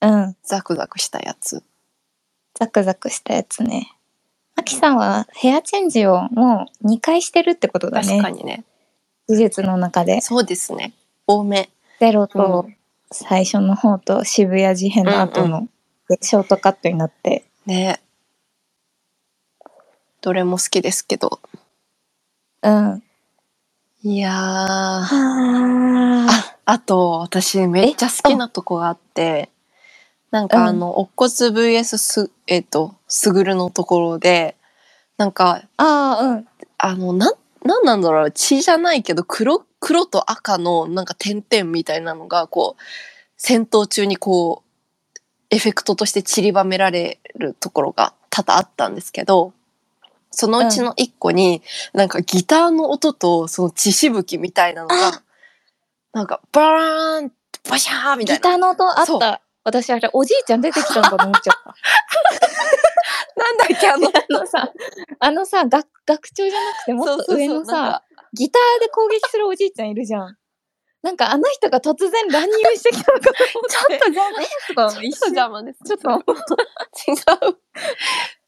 [SPEAKER 1] た、うん
[SPEAKER 2] ザクザクしたやつ。
[SPEAKER 1] ザクザクしたやつねあきさんはヘアチェンジをもう2回してるってことだ
[SPEAKER 2] 確か
[SPEAKER 1] ね
[SPEAKER 2] にね。
[SPEAKER 1] 事実の中で
[SPEAKER 2] そうですね。多め。
[SPEAKER 1] ゼロ
[SPEAKER 2] う
[SPEAKER 1] と最初の方と渋谷事変の後のでショートカットになって
[SPEAKER 2] ね。どれも好きですけど。
[SPEAKER 1] うん、あ
[SPEAKER 2] いやー。
[SPEAKER 1] あ
[SPEAKER 2] あと、私めっちゃ好きなとこがあって、なんかあの、おっこつ VS す、えっ、と、すぐるのところで、なんか、
[SPEAKER 1] ああうん
[SPEAKER 2] あの、なん、なんなんだろう、血じゃないけど、黒、黒と赤のなんか点々みたいなのが、こう、戦闘中にこう、エフェクトとして散りばめられるところが多々あったんですけど、そのうちの一個に、なんかギターの音とその血しぶきみたいなのが、なんかバーンってバシャーみた
[SPEAKER 1] ギ
[SPEAKER 2] いな。
[SPEAKER 1] ターの音あっ
[SPEAKER 2] そう
[SPEAKER 1] た私あれおじいちゃん出てきたのかと思っちゃ った
[SPEAKER 2] なんだっけ、あの、
[SPEAKER 1] あのさ、あのさ、学学長じゃなくてもっと上のさ、
[SPEAKER 2] なんか
[SPEAKER 1] ギターで攻撃するおじいちゃんいるじゃん。なんかあの人が突然乱入してきたのかと思って。
[SPEAKER 2] ちょっと邪
[SPEAKER 1] ち
[SPEAKER 2] 魔
[SPEAKER 1] ょっと
[SPEAKER 2] ちょっと邪魔です。
[SPEAKER 1] ちょっと、
[SPEAKER 2] 違う。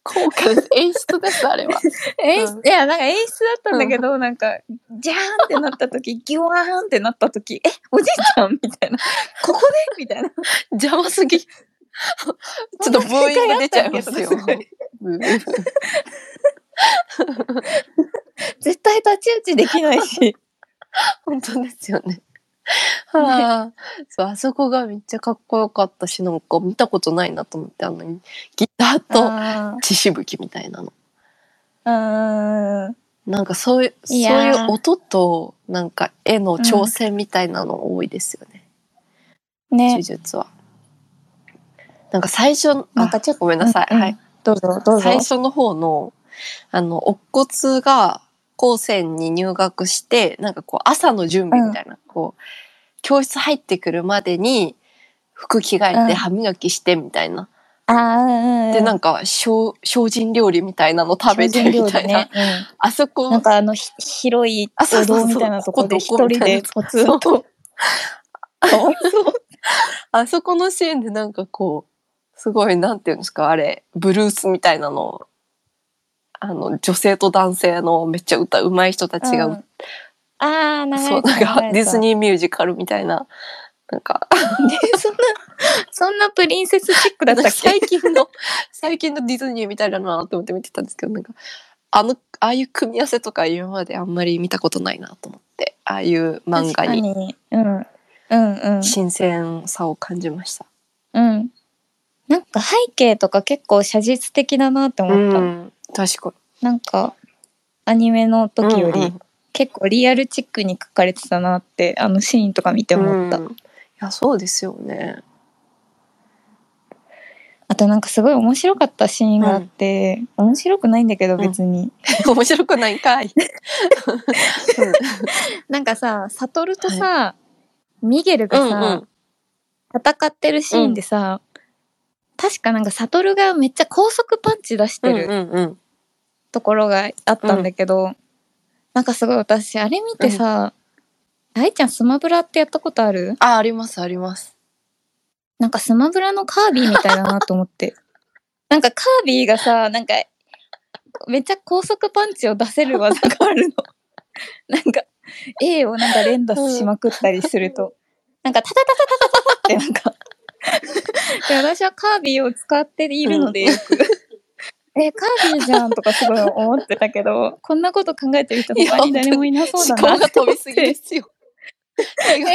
[SPEAKER 2] 効果です。演出です、あれは。
[SPEAKER 1] 演出、いや、なんか演出だったんだけど、なんか、ジャーンってなった時、ギュワーンってなった時、え、おじいちゃんみたいな。ここでみたいな。ち
[SPEAKER 2] 邪 魔すぎ。ちょっとブーイング出ちゃいますよ。
[SPEAKER 1] 絶対太刀打ちできないし。
[SPEAKER 2] 本当ですよね。はあ、そうあそこがめっちゃかっこよかったしなんか見たことないなと思ってあのギターと
[SPEAKER 1] あ
[SPEAKER 2] 血しぶきみたいなの
[SPEAKER 1] ーうん。
[SPEAKER 2] なんかそういうそう
[SPEAKER 1] いやー
[SPEAKER 2] いう音となんか絵の挑戦みたいなの多いですよね、
[SPEAKER 1] ね
[SPEAKER 2] 手。術は。なんか最初あ
[SPEAKER 1] なんかちょっと
[SPEAKER 2] ごめんなさい、
[SPEAKER 1] うん
[SPEAKER 2] はい、
[SPEAKER 1] どうぞ、どうぞ。
[SPEAKER 2] 最初の方の、あの、乙骨が高専に入学して、なんかこう、朝の準備みたいな、こう、教室入ってくるまでに、服着替えて
[SPEAKER 1] うん
[SPEAKER 2] 歯磨きしてみたいな。
[SPEAKER 1] ああ、うんうん。
[SPEAKER 2] で、なんか精、精進料理みたいなの食べてみたいな。
[SPEAKER 1] 精進料理ねうん
[SPEAKER 2] あそこ、
[SPEAKER 1] なんかあのひ広い
[SPEAKER 2] あそう
[SPEAKER 1] 歩
[SPEAKER 2] そうそう
[SPEAKER 1] 道みたいなとこで
[SPEAKER 2] こ
[SPEAKER 1] 一
[SPEAKER 2] こどこ
[SPEAKER 1] 人
[SPEAKER 2] みたいな
[SPEAKER 1] でポツンと
[SPEAKER 2] そう
[SPEAKER 1] そう
[SPEAKER 2] あそこのシーンでなんかこう、すごい、なんていうんですか、あれ、ブルースみたいなのをあの、女性と男性のめっちゃ歌うまい人たちが歌
[SPEAKER 1] うんああ流れ
[SPEAKER 2] そう、なんかディズ
[SPEAKER 1] ー
[SPEAKER 2] ニーミュージカルみたいな、なんか、
[SPEAKER 1] そんなそんなプリンセスチックだったっけ
[SPEAKER 2] 最近の、最近のディズニーみたいだなと思って見てたんですけど、なんか、あの、ああいう組み合わせとか今まであんまり見たことないなと思って、ああいう漫画に
[SPEAKER 1] 確かうんうんうん
[SPEAKER 2] 新鮮さを感じました。
[SPEAKER 1] うんなんか背景とか結構写実的だなって
[SPEAKER 2] う
[SPEAKER 1] 思った、
[SPEAKER 2] ん、確か
[SPEAKER 1] なんかアニメの
[SPEAKER 2] に。
[SPEAKER 1] 時より、
[SPEAKER 2] うんうん
[SPEAKER 1] 結構リアルチックに描かれてたなってあのシーンとか見て思った、
[SPEAKER 2] うんいや、そうですよね。
[SPEAKER 1] あとなんかすごい面白かったシーンがあって、面白くないんだけど別に、
[SPEAKER 2] 面白くないんかい。
[SPEAKER 1] なんかさ、サトルとさ、ミゲル
[SPEAKER 2] う
[SPEAKER 1] が
[SPEAKER 2] ん、う
[SPEAKER 1] さ、
[SPEAKER 2] んうん。
[SPEAKER 1] 戦ってるシーンでさ、確かなんかサトルがめっちゃ高速パンチ出して
[SPEAKER 2] うん
[SPEAKER 1] る
[SPEAKER 2] うんうん。
[SPEAKER 1] ところがあったんだけど、なんかすごい私、あれ見てさ、大ちゃんスマブラってやったことある
[SPEAKER 2] あ、あります、あります。
[SPEAKER 1] なんかスマブラのカービィみたいだなと思 って。なんかカービィがさ、なんか、めっちゃ高速パンチを出せる技がある の。なんか、A をなんか連打しまくったりすると、なんかタタタタタタタってなんか、で私はカービィを使っているので、よ くえ、カービィじゃんとかすごい思ってたけど、こんなこと考えてる人他に誰もいなそう
[SPEAKER 2] 思
[SPEAKER 1] だな
[SPEAKER 2] 考
[SPEAKER 1] って
[SPEAKER 2] が飛びすぎですよ。映画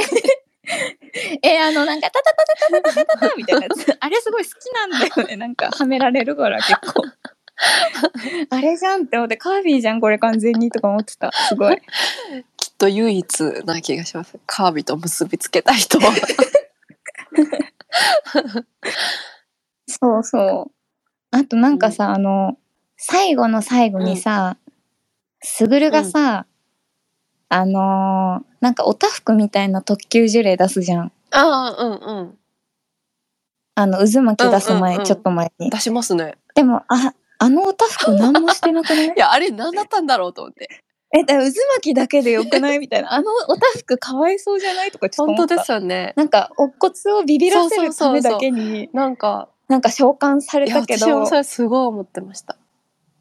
[SPEAKER 1] え、あの、なんか、タタタタタタタタタみたいなやつ。あれすごい好きなんだよね。なんか、はめられるから結構。 あれじゃんって思って、カービィじゃん、これ完全にとか思ってた。すごい。
[SPEAKER 2] きっと唯一な気がします。カービィと結びつけた人は。
[SPEAKER 1] そうそう。あとなんかさ、あの、最後の最後にさ、すぐるがさ、あのーなんかおたふくみたいな特急呪霊出すじゃん。
[SPEAKER 2] ああ、うんうん。
[SPEAKER 1] あの、渦巻き出す
[SPEAKER 2] うんう
[SPEAKER 1] 前、
[SPEAKER 2] んうん
[SPEAKER 1] ちょっと前に。
[SPEAKER 2] 出しますね。
[SPEAKER 1] でも、あ、あのおたふく何もしてなくない
[SPEAKER 2] いや、あれ何だったんだろうと思って。
[SPEAKER 1] え、だから渦巻きだけでよくないみたいな。あのおたふくかわいそうじゃないとかちょっと
[SPEAKER 2] 本
[SPEAKER 1] 思
[SPEAKER 2] 当
[SPEAKER 1] った。
[SPEAKER 2] ですよね。
[SPEAKER 1] なんか、お骨をビビらせるためだけに、
[SPEAKER 2] なんか、
[SPEAKER 1] なんか召喚され
[SPEAKER 2] いや、
[SPEAKER 1] たけ
[SPEAKER 2] 私も
[SPEAKER 1] ど
[SPEAKER 2] そ、れすごい思ってました。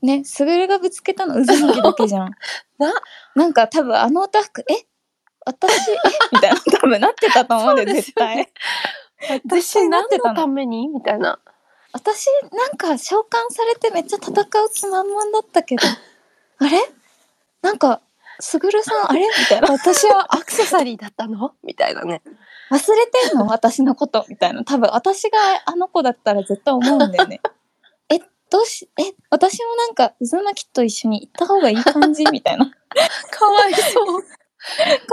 [SPEAKER 1] ね、すぐるがぶつけたの渦巻きだけじゃん。
[SPEAKER 2] な
[SPEAKER 1] なんか多分あのおたふく、え私、えみ たいな、多分なってたと思うんで、
[SPEAKER 2] そうです
[SPEAKER 1] 絶
[SPEAKER 2] よね
[SPEAKER 1] 対。
[SPEAKER 2] 私
[SPEAKER 1] な
[SPEAKER 2] 何
[SPEAKER 1] ってたの
[SPEAKER 2] のためにみたいな。
[SPEAKER 1] 私なんか召喚されてめっちゃ戦う気満々だったけどあれなんかすぐるさんあれみたいな
[SPEAKER 2] 私はアクセサリーだったの みたいなね。
[SPEAKER 1] 忘れてんの私のことみたいな多分私があの子だったら絶対思うんだよ ねえどうしえ私もなんか渦巻きと一緒に行った方がいい感じみたいな
[SPEAKER 2] かわいそう。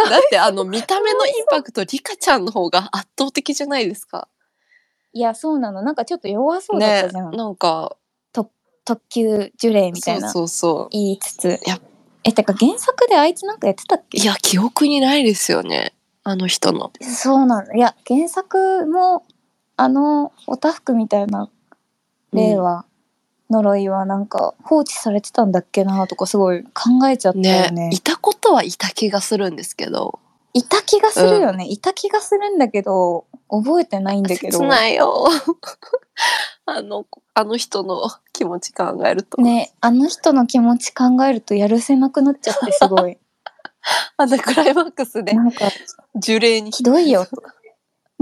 [SPEAKER 2] だってあの見た目のインパクトリカちゃんの方が圧倒的じゃないですか。
[SPEAKER 1] いやそうなのなんかちょっと弱そうだっ
[SPEAKER 2] ね
[SPEAKER 1] たじゃん、
[SPEAKER 2] なんか
[SPEAKER 1] 特急呪霊みたい
[SPEAKER 2] そ
[SPEAKER 1] うな
[SPEAKER 2] そうそ
[SPEAKER 1] 言いつつ
[SPEAKER 2] いや
[SPEAKER 1] えてか原作であいつなんかやってたっ
[SPEAKER 2] う。
[SPEAKER 1] け
[SPEAKER 2] いや記憶にないですよねあの人の。
[SPEAKER 1] そうなの。いや、原作も、あの、おたふくみたいな例は、呪いはなんか放置されてたんだっけなとかすごい考えちゃったよね
[SPEAKER 2] ね。いたことはいた気がするんですけど。
[SPEAKER 1] いた気がするよね。いた気がするんだけど、覚えてないんだけど。
[SPEAKER 2] 切ないよ。 あのあの人の気持ち考えると。
[SPEAKER 1] ね、あの人の気持ち考えるとやるせなくなっちゃってす ごい。
[SPEAKER 2] あのクライマックスで
[SPEAKER 1] なんか、
[SPEAKER 2] 呪霊に。
[SPEAKER 1] ひどいよ。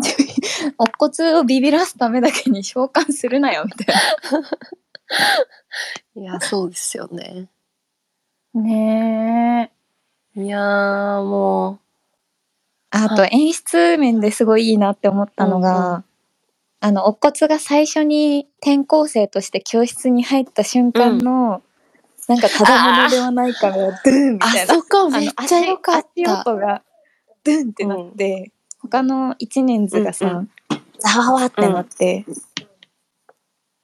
[SPEAKER 1] お骨をビビらすためだけに召喚するなよ、みたい
[SPEAKER 2] いやそうですよね。
[SPEAKER 1] な。ねえ。
[SPEAKER 2] いやーも
[SPEAKER 1] あと演出面ですごいいいなって思ったのが、
[SPEAKER 2] うんう
[SPEAKER 1] あの、お骨が最初に転校生として教室に入った瞬間の、なんかただものではないから、ドゥンみ
[SPEAKER 2] うあ
[SPEAKER 1] たいな。
[SPEAKER 2] そこ
[SPEAKER 1] あ
[SPEAKER 2] めっ
[SPEAKER 1] の
[SPEAKER 2] ちゃ良かっ
[SPEAKER 1] 足
[SPEAKER 2] た。
[SPEAKER 1] 音が、ドゥンってなって、他の一年図が
[SPEAKER 2] うんう
[SPEAKER 1] さ、ざわわってなって、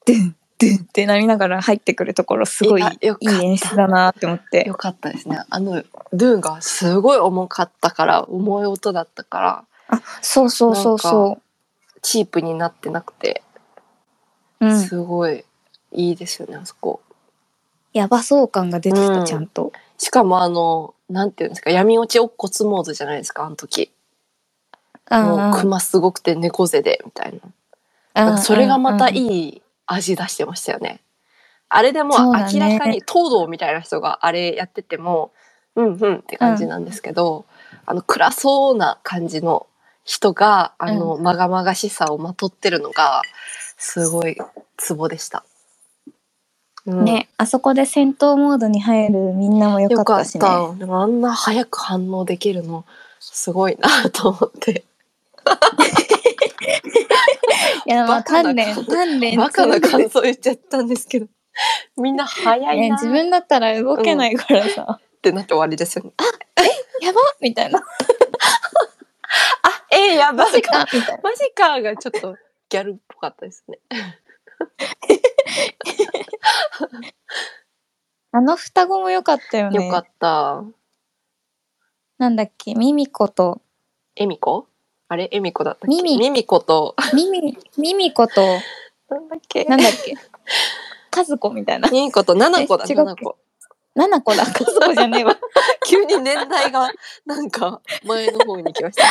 [SPEAKER 1] ドゥン、ドゥンってなりながら入ってくるところ、すごい
[SPEAKER 2] い
[SPEAKER 1] い
[SPEAKER 2] やよかっ
[SPEAKER 1] い
[SPEAKER 2] た
[SPEAKER 1] 演出だなって思って
[SPEAKER 2] よ。かったですね。あの、ドゥーンがすごい重かったから、重い音だったから、
[SPEAKER 1] あ、そうそうそうそ
[SPEAKER 2] チープになってなくて、
[SPEAKER 1] う。うん。
[SPEAKER 2] すごいいいですよね、あそこ。
[SPEAKER 1] やばそう感が出てき
[SPEAKER 2] うん
[SPEAKER 1] た、ちゃんと。
[SPEAKER 2] しかもあの、なんていうんですか、闇落ちおっこつモードじゃないですか、あの時。もう
[SPEAKER 1] うん
[SPEAKER 2] 熊すごくて猫背で、みたいな。なんかそれがまたいい味出してましたよね。あれでもう
[SPEAKER 1] そう
[SPEAKER 2] 明
[SPEAKER 1] だね
[SPEAKER 2] らかに東堂みたいな人があれやってても、うんうんって感じなんですけど、あの暗そうな感じの人があのまがまがしさをまとってるのがすごいツボでした。うん、
[SPEAKER 1] ね、あそこで戦闘モードに入るみんなも良
[SPEAKER 2] よ
[SPEAKER 1] かっ
[SPEAKER 2] かった
[SPEAKER 1] しね。
[SPEAKER 2] た。でもあんな早く反応できるのすごいなと思って。
[SPEAKER 1] いや、まあ、
[SPEAKER 2] バカな
[SPEAKER 1] 鍛錬、鍛錬
[SPEAKER 2] バカな
[SPEAKER 1] する
[SPEAKER 2] 感想言っちゃったんですけど、みんな早い
[SPEAKER 1] ね、
[SPEAKER 2] な
[SPEAKER 1] 自
[SPEAKER 2] っ
[SPEAKER 1] 分だったら動けないからさ、
[SPEAKER 2] てなって終わりですよね。
[SPEAKER 1] やばみたいな。
[SPEAKER 2] あ、えー、やば
[SPEAKER 1] マジかみたい な。
[SPEAKER 2] マジかがちょっと ギャルっぽかったですね。
[SPEAKER 1] あの双子も良かったよね。
[SPEAKER 2] よかった。
[SPEAKER 1] なんだっけ、ミミコと、
[SPEAKER 2] えみこあれえみこだったっけ
[SPEAKER 1] ミミ
[SPEAKER 2] みみこと、
[SPEAKER 1] ミミ、ミミコと、
[SPEAKER 2] なんだっけ
[SPEAKER 1] なんだっけ、カズコみたいな。
[SPEAKER 2] ミミコとななこだ、
[SPEAKER 1] え違う
[SPEAKER 2] ななこ。
[SPEAKER 1] ナナコだ、カズコじゃねえわ。
[SPEAKER 2] 急に年代が、なんか、前の方に来ました。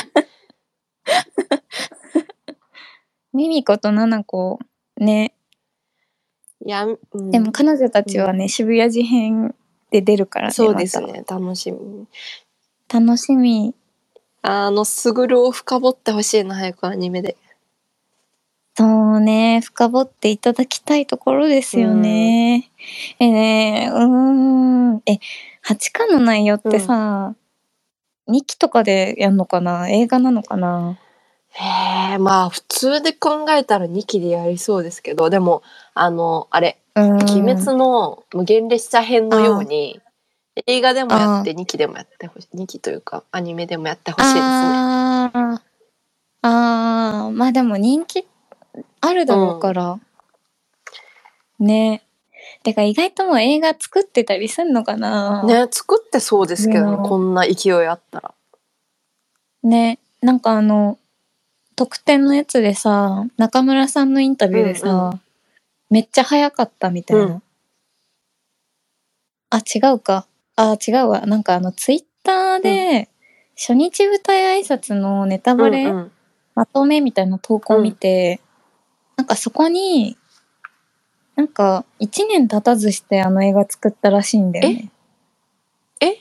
[SPEAKER 1] ミミコとナナコ、ね。
[SPEAKER 2] い や、うん
[SPEAKER 1] でも彼女たちはね、渋谷事変で出るからね。
[SPEAKER 2] そうです
[SPEAKER 1] ま
[SPEAKER 2] ね。楽しみ。
[SPEAKER 1] た。楽しみ。
[SPEAKER 2] あの、すぐるを深掘ってほしいな、早くアニメで。
[SPEAKER 1] そうね、深掘っていただきたいところですよね。えね、うーん。え、8巻の内容ってさ、 2期とかでやんのかな映画なのかな
[SPEAKER 2] へえ、まあ普通で考えたら2期でやりそうですけど、でも、あの、あれ、
[SPEAKER 1] うん
[SPEAKER 2] 鬼滅の無限列車編のように、映画でもやって2期でもやってほしい、2期というかアニメでもやってほしいですね。
[SPEAKER 1] あーあーまあでも人気あるだろうから、ねてか意外ともう映画作ってたりすんのかな
[SPEAKER 2] ね、作ってそうですけどね、
[SPEAKER 1] うん
[SPEAKER 2] こんな勢いあったら。
[SPEAKER 1] ねなんかあの特典のやつでさ中村さんのインタビューでさ、
[SPEAKER 2] うん
[SPEAKER 1] めっちゃ早かったみたいな、
[SPEAKER 2] うん
[SPEAKER 1] あ違うかあ違うわなんかあのツイッターで、初日舞台挨拶のネタバレ、
[SPEAKER 2] うんうん
[SPEAKER 1] まとめみたいな投稿を見て、なんかそこに、なんか1年経たずしてあの映画作ったらしいんだよね。
[SPEAKER 2] え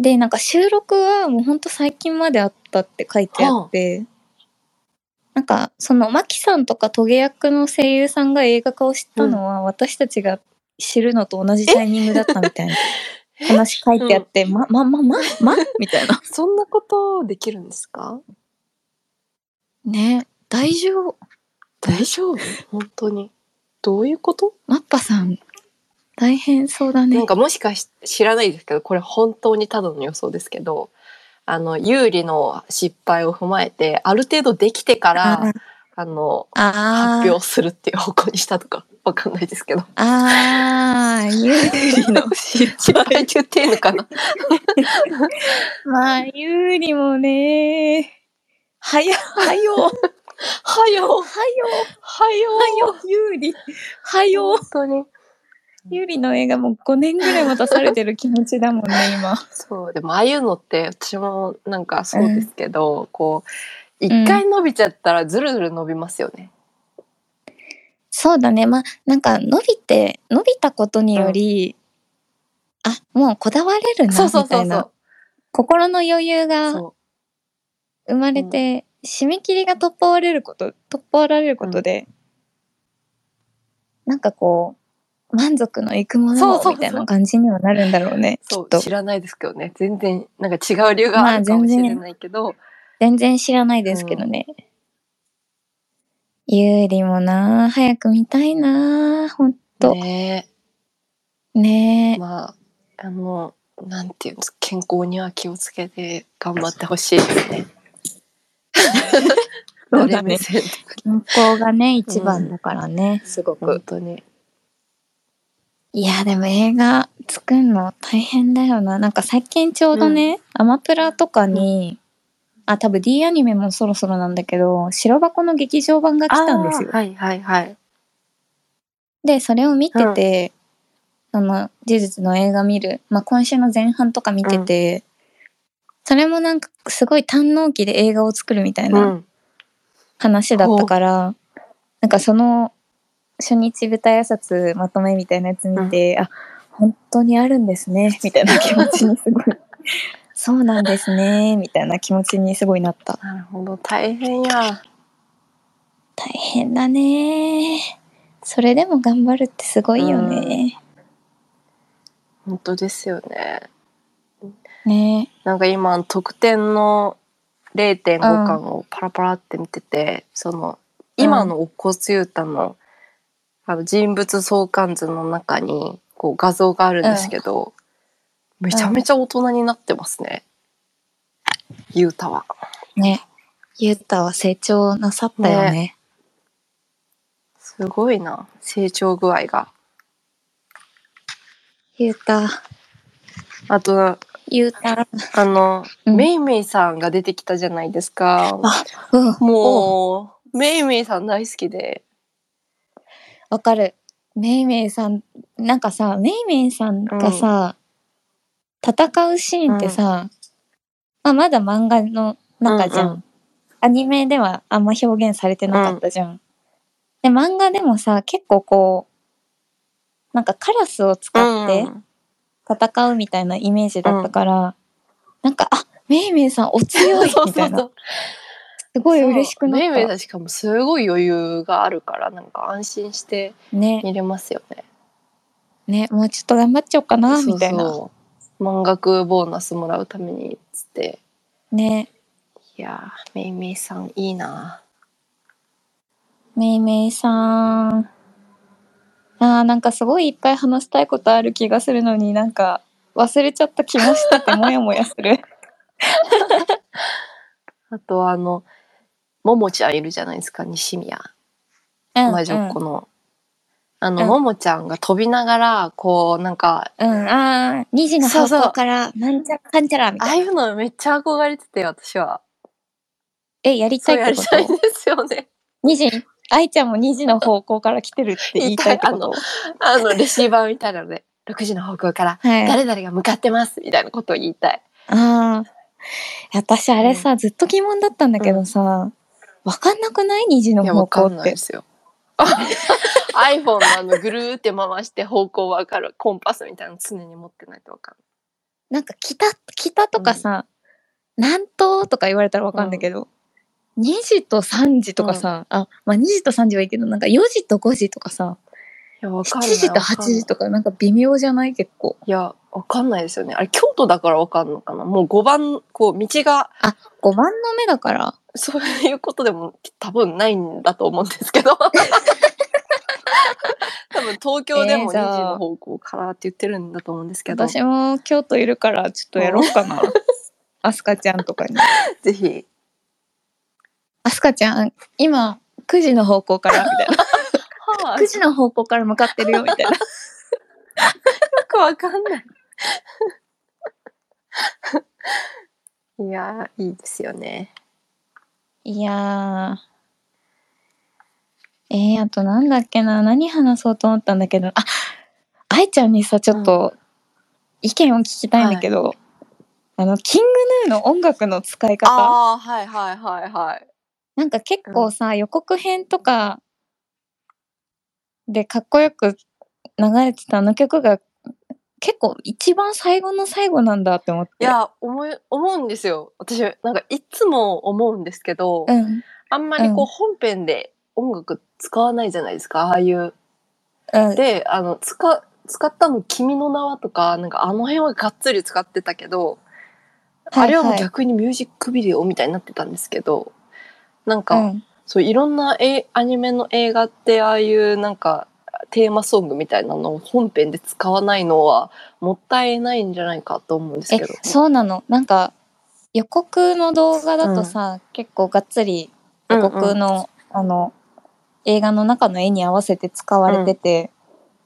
[SPEAKER 1] で、なんか収録はもうほんと最近まであったって書いてあって、なんかそのマキさんとかトゲ役の声優さんが映画化を知ったのは私たちが知るのと同じタイミングだったみたいな話書いてあって、ま、ま、ま、ま、まみたいな。
[SPEAKER 2] そんなことできるんですか
[SPEAKER 1] ね大丈夫
[SPEAKER 2] 大丈夫本当に。どういうこと、
[SPEAKER 1] マッパさん、大変そうだね。
[SPEAKER 2] なんかもしかし知らないですけど、これ本当にただの予想ですけど、あの、有利の失敗を踏まえて、ある程度できてから、
[SPEAKER 1] あ
[SPEAKER 2] あの、
[SPEAKER 1] あ
[SPEAKER 2] 発表するっていう方向にしたとか、わかんないですけど。
[SPEAKER 1] ああ、有利の失
[SPEAKER 2] 失
[SPEAKER 1] 敗。
[SPEAKER 2] 敗って言っていいのかな
[SPEAKER 1] まあ、有利もね。はや、はよ、
[SPEAKER 2] はよ
[SPEAKER 1] はよ、
[SPEAKER 2] はよ
[SPEAKER 1] はよ、有利。はよ
[SPEAKER 2] 本。当に。
[SPEAKER 1] 有利の映画も5年ぐらい待たされてる気持ちだもんね、今。
[SPEAKER 2] そう、でもああいうのって、私もなんかそうですけど、こう、一回伸びちゃったらずるずる伸びますよね。
[SPEAKER 1] そうだね。まあ、なんか、伸びて、伸びたことにより、あ、もうこだわれる
[SPEAKER 2] そ
[SPEAKER 1] な、
[SPEAKER 2] うそう
[SPEAKER 1] みた
[SPEAKER 2] そう
[SPEAKER 1] い
[SPEAKER 2] そ
[SPEAKER 1] な
[SPEAKER 2] う。。
[SPEAKER 1] 心の余裕が
[SPEAKER 2] そう
[SPEAKER 1] 生まれて、締め切りが突破われること突破られることで、なんかこう満足のいくも
[SPEAKER 2] そう
[SPEAKER 1] の
[SPEAKER 2] そうそう
[SPEAKER 1] みたいな感じにはなるんだろう ね
[SPEAKER 2] そう
[SPEAKER 1] きっ
[SPEAKER 2] 知
[SPEAKER 1] と
[SPEAKER 2] らないですけどね全然なんか違う理由があるかもしれないけど、
[SPEAKER 1] 全然知らないですけどね、有利もなあ早く見たいなあほんと
[SPEAKER 2] ね
[SPEAKER 1] ね
[SPEAKER 2] え
[SPEAKER 1] え、
[SPEAKER 2] まああのなんていうんです健康には気をつけて頑張ってほしいですね。
[SPEAKER 1] そうだね
[SPEAKER 2] 誰目線とか
[SPEAKER 1] 健康がね一番だからね、すご
[SPEAKER 2] 本
[SPEAKER 1] く
[SPEAKER 2] 当に
[SPEAKER 1] いやでも映画作るの大変だよななんか最近ちょうどね、アマプラとかに、あ多分 D アニメもそろそろなんだけど白箱の劇場版が来たんですよ
[SPEAKER 2] あーはいはいはい。
[SPEAKER 1] でそれを見てて、その事実の映画見る、まあ、今週の前半とか見てて、それもなんかすごい堪能期で映画を作るみたいな
[SPEAKER 2] うん
[SPEAKER 1] 話だったから、なんかその初日舞台挨拶まとめみたいなやつ見て、あ本当にあるんです ねみたいな気持ちにすごい そうなんですねみたいな気持ちにすごいなった
[SPEAKER 2] なるほど大変や。
[SPEAKER 1] 大変だねそれでも頑張るってすごいよね、
[SPEAKER 2] 本当ですよね。
[SPEAKER 1] ね
[SPEAKER 2] なんか今特典の0.5巻をパラパラって見てて、その今のおこつゆたの,、あの人物相関図の中にこう画像があるんですけど、めちゃめちゃ大人になってますね、ゆうたは。
[SPEAKER 1] ねゆうたは成長なさったよね
[SPEAKER 2] すごいな成長具合が。
[SPEAKER 1] ゆうた
[SPEAKER 2] あと
[SPEAKER 1] ゆうた
[SPEAKER 2] あの、
[SPEAKER 1] うん
[SPEAKER 2] めいめいさんが出てきたじゃないですか。
[SPEAKER 1] うん
[SPEAKER 2] もうめいめいさん大好きで。
[SPEAKER 1] わかる。めいめいさん、なんかさ、めいめいさんがさ、戦うシーンってさ、まあ、まだ漫画の中じゃん,、
[SPEAKER 2] うんう
[SPEAKER 1] アニメではあんま表現されてなかったじゃん。で、漫画でもさ、結構こう、なんかカラスを使って
[SPEAKER 2] うん
[SPEAKER 1] 戦うみたいなイメージだったから、なんか、あめいめいさんお強い
[SPEAKER 2] そう
[SPEAKER 1] み
[SPEAKER 2] そ
[SPEAKER 1] た
[SPEAKER 2] う
[SPEAKER 1] い
[SPEAKER 2] そ
[SPEAKER 1] な。
[SPEAKER 2] う。
[SPEAKER 1] すごい嬉しくな
[SPEAKER 2] そうめいめい
[SPEAKER 1] っ
[SPEAKER 2] さんしかもすごい余裕があるからなんか安心して
[SPEAKER 1] た。ね、
[SPEAKER 2] 見れますよね。
[SPEAKER 1] ね、もうちょっと頑張っちゃおうかな、みたいな。
[SPEAKER 2] そうそう満額ボーナスもらうためにっつって
[SPEAKER 1] ね
[SPEAKER 2] いやーめいめいさんいいな
[SPEAKER 1] めいめいさんあーなんかすごいいっぱい話したいことある気がするのになんか忘れちゃった気もしててもやもやす る
[SPEAKER 2] あとはあのももちゃんいるじゃないですか西宮魔女っ子の、あの、
[SPEAKER 1] うん
[SPEAKER 2] ももちゃんが飛びながらこうなんか
[SPEAKER 1] うん、うん、ああ2時の
[SPEAKER 2] そう
[SPEAKER 1] 方
[SPEAKER 2] そう
[SPEAKER 1] 向からなんちゃらかんちゃらみ
[SPEAKER 2] あ
[SPEAKER 1] た
[SPEAKER 2] あ
[SPEAKER 1] いな
[SPEAKER 2] いうのめっちゃ憧れてて私は
[SPEAKER 1] えやりた
[SPEAKER 2] そう
[SPEAKER 1] いっ
[SPEAKER 2] や
[SPEAKER 1] て
[SPEAKER 2] り
[SPEAKER 1] こ
[SPEAKER 2] たいん
[SPEAKER 1] と
[SPEAKER 2] ですよね
[SPEAKER 1] 2時愛ちゃんも2時の方向から来てるって言いたいってこ
[SPEAKER 2] 言
[SPEAKER 1] と
[SPEAKER 2] あのレシーバーみたいなので6時の方向から
[SPEAKER 1] はい
[SPEAKER 2] 誰々が向かってますみたいなことを言いたい
[SPEAKER 1] ああ私あれさ、ずっと疑問だったんだけどさ、わかんなくない虹の
[SPEAKER 2] いや
[SPEAKER 1] 方
[SPEAKER 2] わ
[SPEAKER 1] 向
[SPEAKER 2] か
[SPEAKER 1] っ
[SPEAKER 2] んない
[SPEAKER 1] て
[SPEAKER 2] ですよ iPhone のあのぐるーって回して方向わかるコンパスみたいなの常に持ってないとわかん
[SPEAKER 1] なんか北北とかさ、南東とか言われたらわかんだけど、2時と3時とかさ、あまあ2時と3時はいいけどなんか4時と5時とかさ
[SPEAKER 2] ないいやわか
[SPEAKER 1] 7
[SPEAKER 2] んない
[SPEAKER 1] 時と8時とかなんか微妙じゃない結構
[SPEAKER 2] いやわかんないですよねあれ京都だからわかんのかなもう5番こう道が
[SPEAKER 1] 5番の目だから
[SPEAKER 2] そういうことでも多分ないんだと思うんで すけど 多分東京で
[SPEAKER 1] えーじ
[SPEAKER 2] も2時
[SPEAKER 1] ゃあ
[SPEAKER 2] の方向からって言ってるんだと思うんですけど、
[SPEAKER 1] 私も京都いるからちょっとやろうかな アスカちゃんとかに
[SPEAKER 2] ぜひ
[SPEAKER 1] アスカちゃん今9時の方向からみたいな9時 の方向から向かってるよみたいな
[SPEAKER 2] よくわかんない。いやーいいですよね。
[SPEAKER 1] いやー。えー、あとなんだっけな。何話そうと思ったんだけど。あ、愛ちゃんにさ、ちょっと意見を聞きたいんだけど、あの、キングヌーの音楽の使い方。
[SPEAKER 2] ああはいはいはいはい。
[SPEAKER 1] なんか結構さ、予告編とかでかっこよく流れてたあの曲が結構一番最後の最後なんだって思って。
[SPEAKER 2] いや思い思うんですよ。私なんかいつも思うんですけど、
[SPEAKER 1] うん。
[SPEAKER 2] あんまり
[SPEAKER 1] う
[SPEAKER 2] こ
[SPEAKER 1] ん
[SPEAKER 2] う本編で音楽使わないじゃないですかああいう。
[SPEAKER 1] うん。
[SPEAKER 2] であの使使ったの「君の名は」とかなんかあの辺はがっつり使ってたけど、あれはもう逆にミュージックビデオみたいになってたんですけどなんか、
[SPEAKER 1] うん
[SPEAKER 2] そういろんなえアニメの映画ってああいうなんかテーマソングみたいなのを本編で使わないのはもったいないんじゃないかと思うんですけど
[SPEAKER 1] えそうなのなんか予告の動画だとさ、結構がっつり予告の、あの映画の中の絵に合わせて使われてて、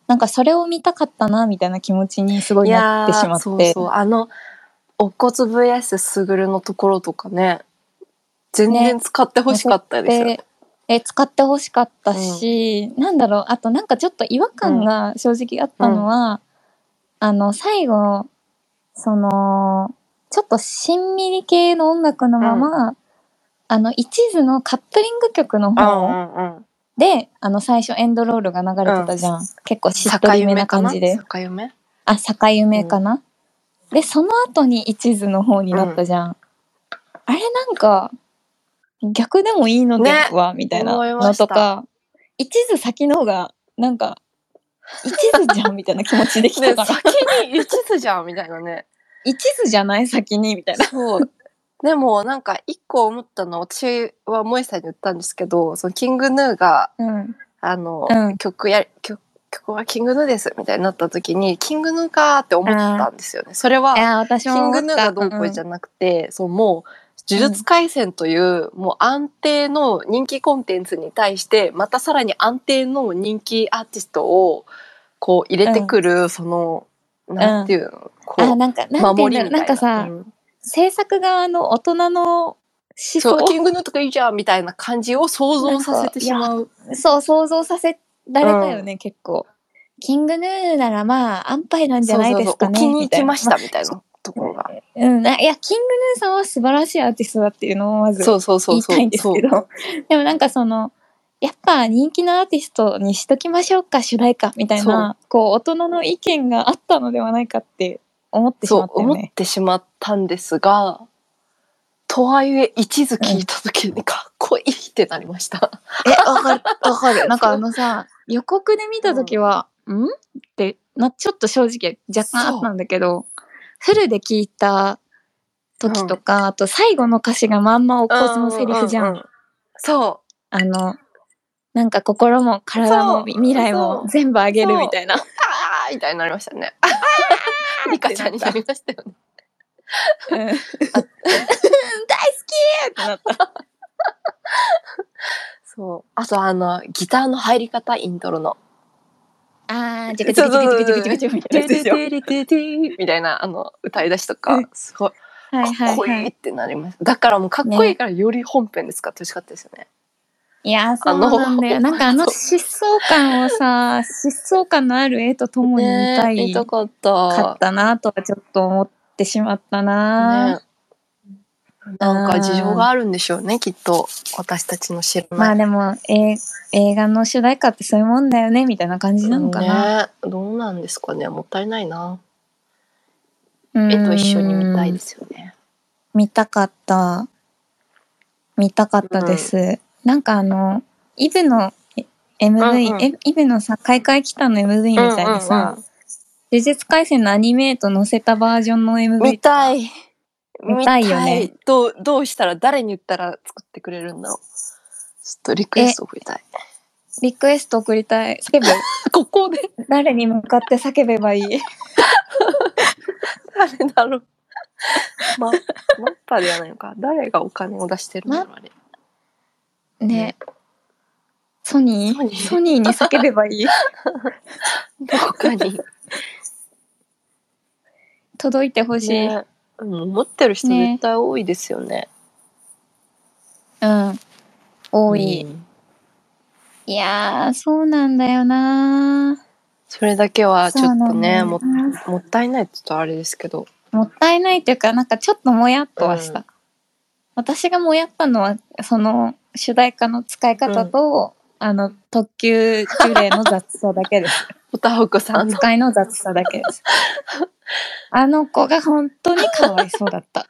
[SPEAKER 1] なんかそれを見たかったなみたいな気持ちにすごい
[SPEAKER 2] い
[SPEAKER 1] な
[SPEAKER 2] や
[SPEAKER 1] ってしま
[SPEAKER 2] ー
[SPEAKER 1] って
[SPEAKER 2] そうそうあの「お骨 VS すぐる」のところとかね全然使ってほしかったですよ、
[SPEAKER 1] でえ使ってほしかったし、なんだろうあとなんかちょっと違和感が正直あったのは、あの最後そのちょっとしんみり系の音楽のまま、あの一途のカップリング曲の
[SPEAKER 2] う
[SPEAKER 1] 方、
[SPEAKER 2] んうんうん
[SPEAKER 1] で、あの、最初エンドロールが流れてたじゃん。結構しっとりめな感じで。
[SPEAKER 2] 坂夢
[SPEAKER 1] あ、境夢かな、で、その後に一途の方になったじゃん。あれなんか、逆でもいいのでは、みたいな
[SPEAKER 2] 思いま
[SPEAKER 1] の
[SPEAKER 2] した
[SPEAKER 1] とか、一途先の方が、なんか、一途じゃんみたいな気持ちでき
[SPEAKER 2] ね
[SPEAKER 1] たから、
[SPEAKER 2] 先に一途じゃんみたいなね
[SPEAKER 1] 一途じゃない先にみたいな。
[SPEAKER 2] そう。でもなんか一個思ったの私は萌えさんに言ったんですけどそのキングヌーが
[SPEAKER 1] うん。
[SPEAKER 2] あの、
[SPEAKER 1] うん
[SPEAKER 2] 曲や曲曲はキングヌーですみたいになった時にキングヌーかーって思ったんですよね。それ
[SPEAKER 1] い
[SPEAKER 2] は
[SPEAKER 1] や、私
[SPEAKER 2] キ
[SPEAKER 1] も
[SPEAKER 2] ン
[SPEAKER 1] 思った。
[SPEAKER 2] グヌーがどうこうじゃ
[SPEAKER 1] ん。
[SPEAKER 2] なくて、そうもう呪術廻戦という、もう安定の人気コンテンツに対してまたさらに安定の人気アーティストをこう入れてくる、そのなんていうの、
[SPEAKER 1] あ、
[SPEAKER 2] こ
[SPEAKER 1] なんか、
[SPEAKER 2] う
[SPEAKER 1] なんていうん
[SPEAKER 2] 守り
[SPEAKER 1] だろ
[SPEAKER 2] み
[SPEAKER 1] う
[SPEAKER 2] たいな。
[SPEAKER 1] なんかさ、
[SPEAKER 2] うん
[SPEAKER 1] 制作側の大人の思
[SPEAKER 2] そう
[SPEAKER 1] 想
[SPEAKER 2] キングヌーとかいいじゃんみたいな感じを想像させてしまう。
[SPEAKER 1] そう想像させられたよね、結構。キングヌーならまあ安牌なんじゃないですかね。
[SPEAKER 2] そうそうそうお気に入
[SPEAKER 1] みたい
[SPEAKER 2] り
[SPEAKER 1] な
[SPEAKER 2] ましたみたいなところが。
[SPEAKER 1] うん、ないやキングヌーさんは素晴らしいアーティストだっていうのをまず
[SPEAKER 2] そうそうそ
[SPEAKER 1] 言
[SPEAKER 2] う
[SPEAKER 1] い
[SPEAKER 2] そう。
[SPEAKER 1] たいんですけど
[SPEAKER 2] そう
[SPEAKER 1] でもなんかそのやっぱ人気のアーティストにしときましょうか主題歌みたいなこう大人の意見があったのではないかって思ってし
[SPEAKER 2] そ
[SPEAKER 1] ま
[SPEAKER 2] う
[SPEAKER 1] ったよ
[SPEAKER 2] 思っ
[SPEAKER 1] ね。
[SPEAKER 2] てしまったんですが、とはいえ一途聞いた時にかっこいいってなりました。
[SPEAKER 1] えわかるわかる。なんかあのさ予告で見た時は「ん?」ってなちょっと正直若干あったんだけどフルで聞いた時とか、あと最後の歌詞がまんまおこずのセリフじゃん。
[SPEAKER 2] うううそ
[SPEAKER 1] あの、なんか心も体
[SPEAKER 2] そう
[SPEAKER 1] も未来も全部あげるみたいな。
[SPEAKER 2] う。あーみたいになりましたね。リカちゃんになりましたよね。
[SPEAKER 1] うん大好きってなった。
[SPEAKER 2] そう。あとあの、ギターの入り方、イントロの。
[SPEAKER 1] あー、じゃくじくじくじくじくじくじくみたいなやつでしょ。はい
[SPEAKER 2] みたいな、あの、歌い出しとか、すごい、か
[SPEAKER 1] は
[SPEAKER 2] っこい
[SPEAKER 1] い
[SPEAKER 2] い
[SPEAKER 1] は
[SPEAKER 2] っ
[SPEAKER 1] い。
[SPEAKER 2] てなりました。だからもうかっこいいから、より本編で使ってほしかったですよね。
[SPEAKER 1] いやー、そうなんだよ。
[SPEAKER 2] あの
[SPEAKER 1] なんかあの疾走感をさ、疾走感のある絵とともに見た
[SPEAKER 2] ねえ
[SPEAKER 1] い
[SPEAKER 2] 見た
[SPEAKER 1] か
[SPEAKER 2] かった。
[SPEAKER 1] ったなとはちょっと思ってしまったな。
[SPEAKER 2] ねなんか事情があるんでしょうね、きっと。私たちの知ら
[SPEAKER 1] ま
[SPEAKER 2] な
[SPEAKER 1] あ
[SPEAKER 2] い。
[SPEAKER 1] でも、え映画の主題歌ってそういうもんだよねみたいな感じなのかな。
[SPEAKER 2] ねえどうなんですかね、もったいないな。
[SPEAKER 1] うん
[SPEAKER 2] 絵と一緒に見たいですよね。
[SPEAKER 1] 見たかった。見たかったです。なんかあの、イブのえ MV、
[SPEAKER 2] うんうん
[SPEAKER 1] えイブのさ、開会期間の MV みたいなさ、
[SPEAKER 2] うんうん
[SPEAKER 1] 呪術廻戦のアニメート載せたバージョンの MV
[SPEAKER 2] 見たい。
[SPEAKER 1] 見たいよね
[SPEAKER 2] 見たい。どう、どうしたら、誰に言ったら作ってくれるんだろう。ちょっとリクエストを送りたい。
[SPEAKER 1] リクエスト送りたい。叫べ。
[SPEAKER 2] ここで
[SPEAKER 1] 誰に向かって叫べばいい。
[SPEAKER 2] 誰だろう。ま、マッパではないのか。誰がお金を出してるんだろう、あれ。
[SPEAKER 1] ね。ソニ
[SPEAKER 2] ソニ
[SPEAKER 1] ー
[SPEAKER 2] ー
[SPEAKER 1] ソニーに叫べ ばいい。
[SPEAKER 2] どこかに。
[SPEAKER 1] 届いてほしい。
[SPEAKER 2] ね、うん思ってる人
[SPEAKER 1] ね
[SPEAKER 2] 絶対多いですよね。
[SPEAKER 1] うん。多い。
[SPEAKER 2] うん
[SPEAKER 1] いやー、そうなんだよな
[SPEAKER 2] それだけはちょっ
[SPEAKER 1] そうな
[SPEAKER 2] とね、
[SPEAKER 1] んだよ
[SPEAKER 2] も
[SPEAKER 1] な
[SPEAKER 2] もったいないちょっとあれですけど。
[SPEAKER 1] もったいないっていうか、なんかちょっともやっとはした。
[SPEAKER 2] うん
[SPEAKER 1] 私がもやったのは、その主題歌の使い方と、あの、特急呪霊の雑さだけです。
[SPEAKER 2] おたほこさんの。
[SPEAKER 1] 扱いの雑さだけです。あの子が本当にかわいそうだった。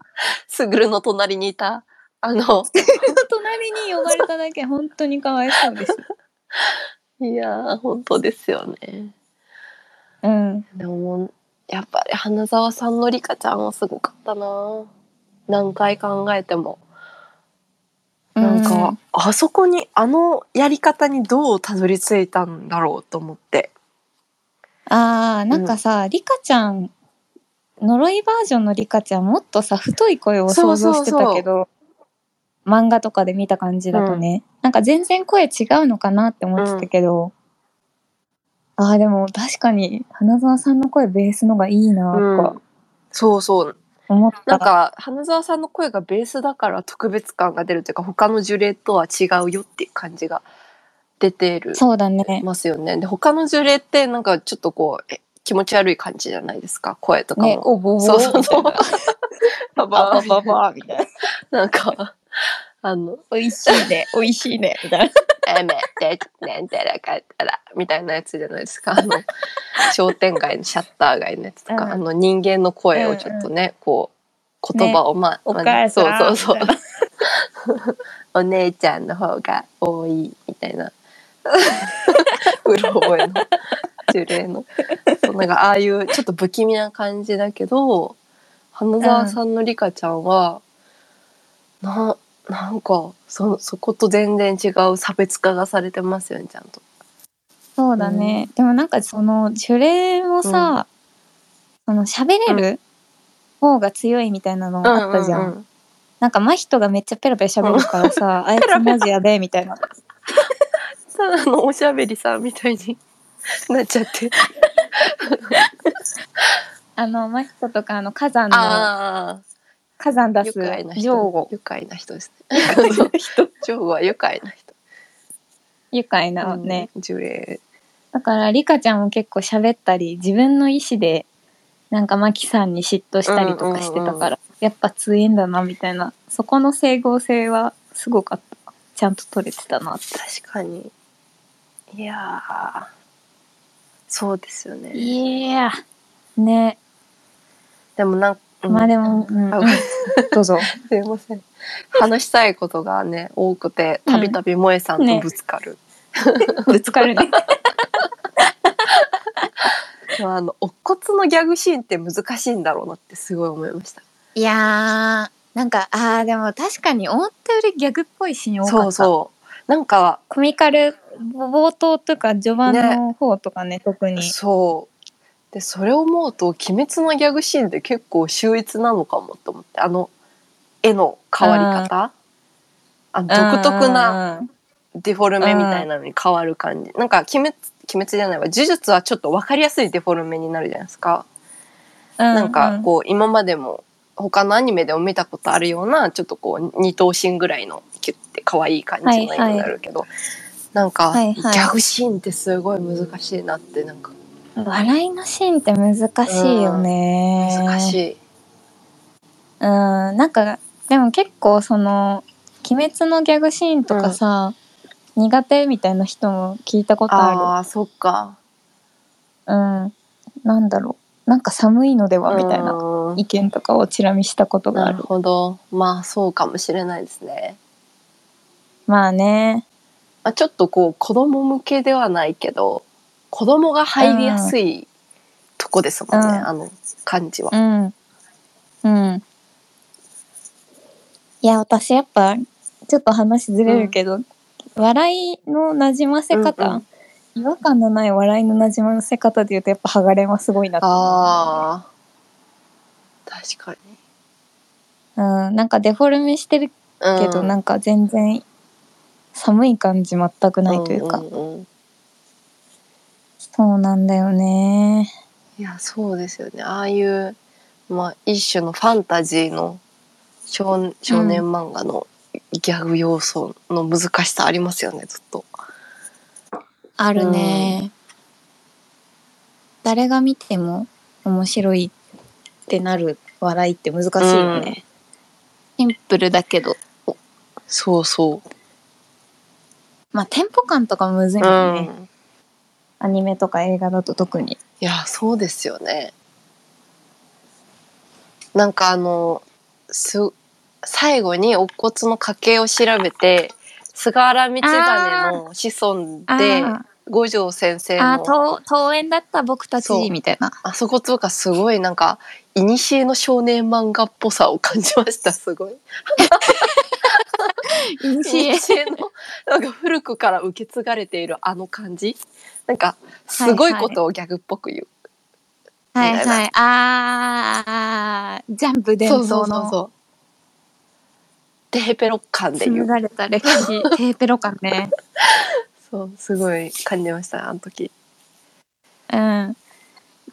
[SPEAKER 2] すぐるの隣にいた、あの、
[SPEAKER 1] 隣に呼ばれただけ本当にかわいそうでした。
[SPEAKER 2] いやー、本当ですよね。
[SPEAKER 1] うん。
[SPEAKER 2] でももう、やっぱり花澤さんのリカちゃんはすごかったな何回考えても。なんか、
[SPEAKER 1] うん、
[SPEAKER 2] あそこに、あのやり方にどうたどり着いたんだろうと思って。
[SPEAKER 1] あー、なんかさ、リカちゃん、呪いバージョンのリカちゃんもっとさ、太い声を想像してた
[SPEAKER 2] そうそ
[SPEAKER 1] け
[SPEAKER 2] う
[SPEAKER 1] ど、漫画とかで見た感じだとね、なんか全然声違うのかなって思ってたけど、ああ、でも確かに、花澤さんの声ベースのがいいな
[SPEAKER 2] う
[SPEAKER 1] とか
[SPEAKER 2] ん。そうそう。
[SPEAKER 1] 思った。
[SPEAKER 2] なんか花澤さんの声がベースだから特別感が出るというか他の呪霊とは違うよっていう感じが出てる
[SPEAKER 1] そうだね。
[SPEAKER 2] ますよね。で他の呪霊ってなんかちょっとこうえ気持ち悪い感じじゃないですか声とかも。
[SPEAKER 1] ね、おぼぼ
[SPEAKER 2] そうそうそう。バ
[SPEAKER 1] バ
[SPEAKER 2] バ
[SPEAKER 1] バババみたいな。
[SPEAKER 2] なんかあの
[SPEAKER 1] 美味しい ね、美味しいね、みたいな。
[SPEAKER 2] 「えめてなんたらかったら」みたいなやつじゃないですかあ の商店街のシャッター街のやつとか、
[SPEAKER 1] うん
[SPEAKER 2] あの人間の声をちょっとね、こう言葉をまあ、
[SPEAKER 1] お
[SPEAKER 2] まあ
[SPEAKER 1] 母さん。
[SPEAKER 2] そうそうそう
[SPEAKER 1] みたいな
[SPEAKER 2] お姉ちゃんの方が多いみたいな うろ覚えの呪霊のそうなんかああいうちょっと不気味な感じだけど花澤さんのリカちゃんは、ななんかそそこと全然違う差別化がされてますよねちゃんと。
[SPEAKER 1] そうだね。でもなんかその、呪霊もさ、その喋れる方が強いみたいなのあったじゃん。
[SPEAKER 2] ううう
[SPEAKER 1] なんか、真人がめっちゃペラペラ喋るから さ、あいつマジやべえみたいな。
[SPEAKER 2] ただのおしゃべりさんみたいに なっちゃって。
[SPEAKER 1] あの、真人とか、あの、火山の、
[SPEAKER 2] あ
[SPEAKER 1] 火山
[SPEAKER 2] あ
[SPEAKER 1] 出
[SPEAKER 2] 愉
[SPEAKER 1] す、
[SPEAKER 2] 快な人
[SPEAKER 1] ジョー ゴ。
[SPEAKER 2] 愉快な人です ね。
[SPEAKER 1] 人
[SPEAKER 2] ジョーゴは愉快な人。
[SPEAKER 1] 愉快なね。
[SPEAKER 2] うん呪霊
[SPEAKER 1] だから、リカちゃんも結構喋ったり、自分の意思で、なんか、マキさんに嫉妬したりとかしてた
[SPEAKER 2] うん
[SPEAKER 1] か
[SPEAKER 2] う
[SPEAKER 1] ら、
[SPEAKER 2] ん
[SPEAKER 1] やっぱ強いんだな、みたいな。そこの整合性は、すごかった。ちゃんと取れてたな。
[SPEAKER 2] 確かにいやーそうですよね
[SPEAKER 1] いやね。
[SPEAKER 2] でもなんか、うん
[SPEAKER 1] まあでも、うん
[SPEAKER 2] あ
[SPEAKER 1] うんどうぞ。
[SPEAKER 2] すいません話したいことがね多くてたびたび萌えさ んとぶつかる、
[SPEAKER 1] ぶつかるね。
[SPEAKER 2] まあ、あの、お骨のギャグシーンって難しいんだろうなってすごい思いました。
[SPEAKER 1] いやー、なんか、あー、でも確かに思ったよりギャグっぽいシーン多かった。
[SPEAKER 2] そうそう。なんか、
[SPEAKER 1] コミカル冒頭とか序盤の方とかね、特に。
[SPEAKER 2] そう。で、それを思うと、鬼滅のギャグシーンって結構秀逸なのかもと思って、あの、絵の変わり方あ独特な
[SPEAKER 1] うん。
[SPEAKER 2] デフォルメみたいなのに変わる感じ。なんか、鬼滅、鬼滅じゃないわ、呪術はちょっと分かりやすいデフォルメになるじゃないですか。
[SPEAKER 1] な
[SPEAKER 2] なんかこう今までも他のアニメでも見たことあるようなちょっとこう二頭身ぐらいのキュッて可愛い感じの絵になるけど、なんか、
[SPEAKER 1] はいはい
[SPEAKER 2] ギャグシーンってすごい難しいなってなんか
[SPEAKER 1] 笑いのシーンって難しいよね。
[SPEAKER 2] 難し
[SPEAKER 1] い。
[SPEAKER 2] い。
[SPEAKER 1] うん、なんか、でも結構その、鬼滅のギャグシーンとかさ、苦手みたいな人も聞いたことあ
[SPEAKER 2] ああーそっか。
[SPEAKER 1] る。うん。なんだろう。なんか寒いのではみたいな
[SPEAKER 2] うん
[SPEAKER 1] 意見とかをチラ見したことがあ
[SPEAKER 2] なる
[SPEAKER 1] る。
[SPEAKER 2] ほどまあそうかもしれないですね。
[SPEAKER 1] まあね。
[SPEAKER 2] まあ、ちょっとこう子供向けではないけど子供が入りやすいとこですもんね、
[SPEAKER 1] うん
[SPEAKER 2] あの感じは。
[SPEAKER 1] うん。うん。いや、私やっぱ、ちょっと話ずれるけど、笑いのなじませ方、
[SPEAKER 2] うんうん
[SPEAKER 1] 違和感のない笑いのなじませ方で言うと、やっぱ、ハガレンはすごいなと
[SPEAKER 2] ああ確かに。
[SPEAKER 1] 思う。うん。なんかデフォルメしてるけど、
[SPEAKER 2] うん
[SPEAKER 1] なんか全然、寒い感じ全くないというか。
[SPEAKER 2] んうんうん
[SPEAKER 1] そうなんだよね。
[SPEAKER 2] いやそうですよねああいう、まあ、一種のファンタジーの少少年漫画のギャグ要素の難しさありますよねずっと。
[SPEAKER 1] あ
[SPEAKER 2] るね
[SPEAKER 1] 誰が見ても面白いってなる笑いって難しいよね。シンプルだけど。
[SPEAKER 2] そうそう。
[SPEAKER 1] まあ、テンポ感とかむずいうもんね。
[SPEAKER 2] ん、
[SPEAKER 1] アニメとか映画だと特に。
[SPEAKER 2] いやそうですよね。なんかあのす最後に乙骨の家系を調べて菅原道真の子孫で
[SPEAKER 1] あ
[SPEAKER 2] 五条先生
[SPEAKER 1] ー
[SPEAKER 2] の
[SPEAKER 1] あー、と登園だった僕た
[SPEAKER 2] そう
[SPEAKER 1] ちみたいな。
[SPEAKER 2] あそことかすごいなんか、いにしえの少年漫画っぽさを感じました、すごい。い
[SPEAKER 1] いにしえ
[SPEAKER 2] にしえの、なんか古くから受け継がれているあの感じ。なんか、すごいことをギャグっぽく言う。
[SPEAKER 1] はい
[SPEAKER 2] みた
[SPEAKER 1] はい。ああ、ジャンプ伝
[SPEAKER 2] そうそ
[SPEAKER 1] 統
[SPEAKER 2] うそう
[SPEAKER 1] の
[SPEAKER 2] そう。で、ヘペロ感で言
[SPEAKER 1] 紡
[SPEAKER 2] う。
[SPEAKER 1] がれた歴 史、テーペロ感ね。
[SPEAKER 2] そう、すごい感じました、あの時。
[SPEAKER 1] うん。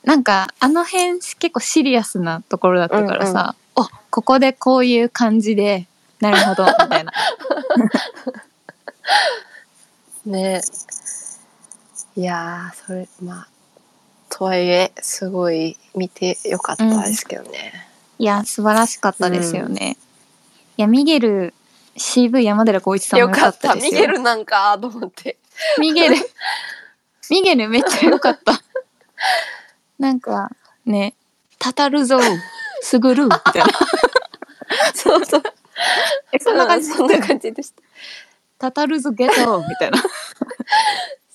[SPEAKER 1] なんか、あの辺結構シリアスなところだったからさ、お、ここでこういう感じで、なるほど、み たいな。
[SPEAKER 2] ねいやー、それ、まあ、とはいえ、すごい見てよかったですけどね。
[SPEAKER 1] いや、素晴らしかったですよね。いや、ミゲル、CV 山寺宏一さんも
[SPEAKER 2] よ
[SPEAKER 1] 良
[SPEAKER 2] か
[SPEAKER 1] かっ
[SPEAKER 2] ったた、
[SPEAKER 1] で
[SPEAKER 2] ミ
[SPEAKER 1] す
[SPEAKER 2] ゲ
[SPEAKER 1] よ。
[SPEAKER 2] ルなんか、と思って。
[SPEAKER 1] ミ ゲル、ミゲルめっちゃ良かった。なんか、ね、たたるぞ、すぐる、みたいな。
[SPEAKER 2] そうそう。
[SPEAKER 1] え、そんな感じ
[SPEAKER 2] う そんな感じでした。
[SPEAKER 1] たたるぞ、ゲト、みたいな。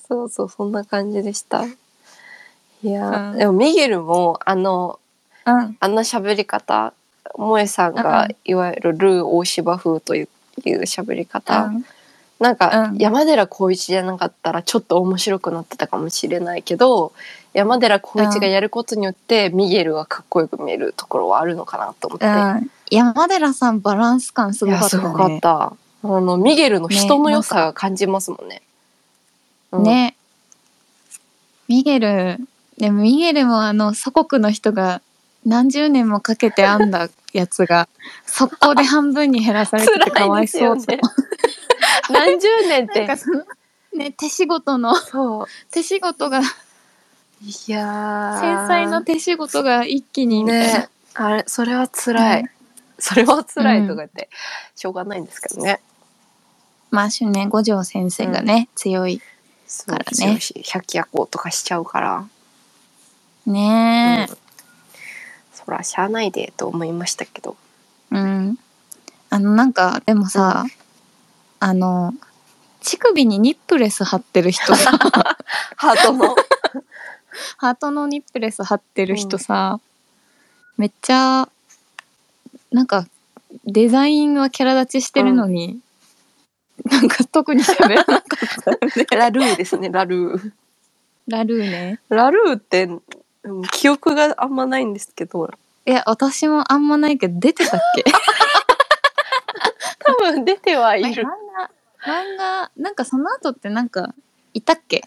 [SPEAKER 2] そうそう、そんな感じでした。いやー、
[SPEAKER 1] うん
[SPEAKER 2] でもミゲルも、あの、
[SPEAKER 1] うん。
[SPEAKER 2] あんな喋り方、萌えさん
[SPEAKER 1] う
[SPEAKER 2] が
[SPEAKER 1] ん、
[SPEAKER 2] いわゆるルー大芝風という、いう喋り方、
[SPEAKER 1] うん
[SPEAKER 2] なんか、
[SPEAKER 1] うん
[SPEAKER 2] 山寺宏一じゃなかったらちょっと面白くなってたかもしれないけど山寺宏一がやることによって、ミゲルがかっこよく見えるところはあるのかなと思って、
[SPEAKER 1] うん山寺さんバランス感す
[SPEAKER 2] い
[SPEAKER 1] ご
[SPEAKER 2] や
[SPEAKER 1] かった
[SPEAKER 2] す
[SPEAKER 1] よ
[SPEAKER 2] ごかっ
[SPEAKER 1] ね。
[SPEAKER 2] た。あのミゲルの人の良さが感じますもんね。うん
[SPEAKER 1] ね。ミゲル、でもミゲルもあの祖国の人が何十年もかけて編んだやつ が、速攻で半分に減らされててかわ
[SPEAKER 2] 辛いで
[SPEAKER 1] い
[SPEAKER 2] す
[SPEAKER 1] そ
[SPEAKER 2] よ
[SPEAKER 1] うと。
[SPEAKER 2] ね。 何十年っ
[SPEAKER 1] なん
[SPEAKER 2] て
[SPEAKER 1] か。その、 ね、手仕事の、
[SPEAKER 2] そう。
[SPEAKER 1] 手仕事が、
[SPEAKER 2] いやー。
[SPEAKER 1] 繊細な手仕事が一気にみたいな
[SPEAKER 2] ね。あれ、それは辛い。それは辛いとか言って、しょうがないんですけどね。
[SPEAKER 1] まあ、ね、五条先生がね、強い。
[SPEAKER 2] そう
[SPEAKER 1] からね
[SPEAKER 2] 強いし百夜行とかしちゃうから。
[SPEAKER 1] ね
[SPEAKER 2] うんそらしゃあないでと思いましたけど。
[SPEAKER 1] うん。あの、なんか、でもさ、あの、 乳首にニップレス貼ってる人さ、
[SPEAKER 2] ハートの。
[SPEAKER 1] ハートのニップレス貼ってる人さ、めっちゃなんかデザインはキャラ立ちしてるのに、なんか特に喋らなかったよね
[SPEAKER 2] ラルーですね、ラルー。
[SPEAKER 1] ラルーね
[SPEAKER 2] ラルーって、うん記憶があんまないんですけど、
[SPEAKER 1] いや私もあんまないけど出てたっけ
[SPEAKER 2] 多分出てはい
[SPEAKER 1] 漫
[SPEAKER 2] る。
[SPEAKER 1] 画漫画なんかその後ってなんかいたっけ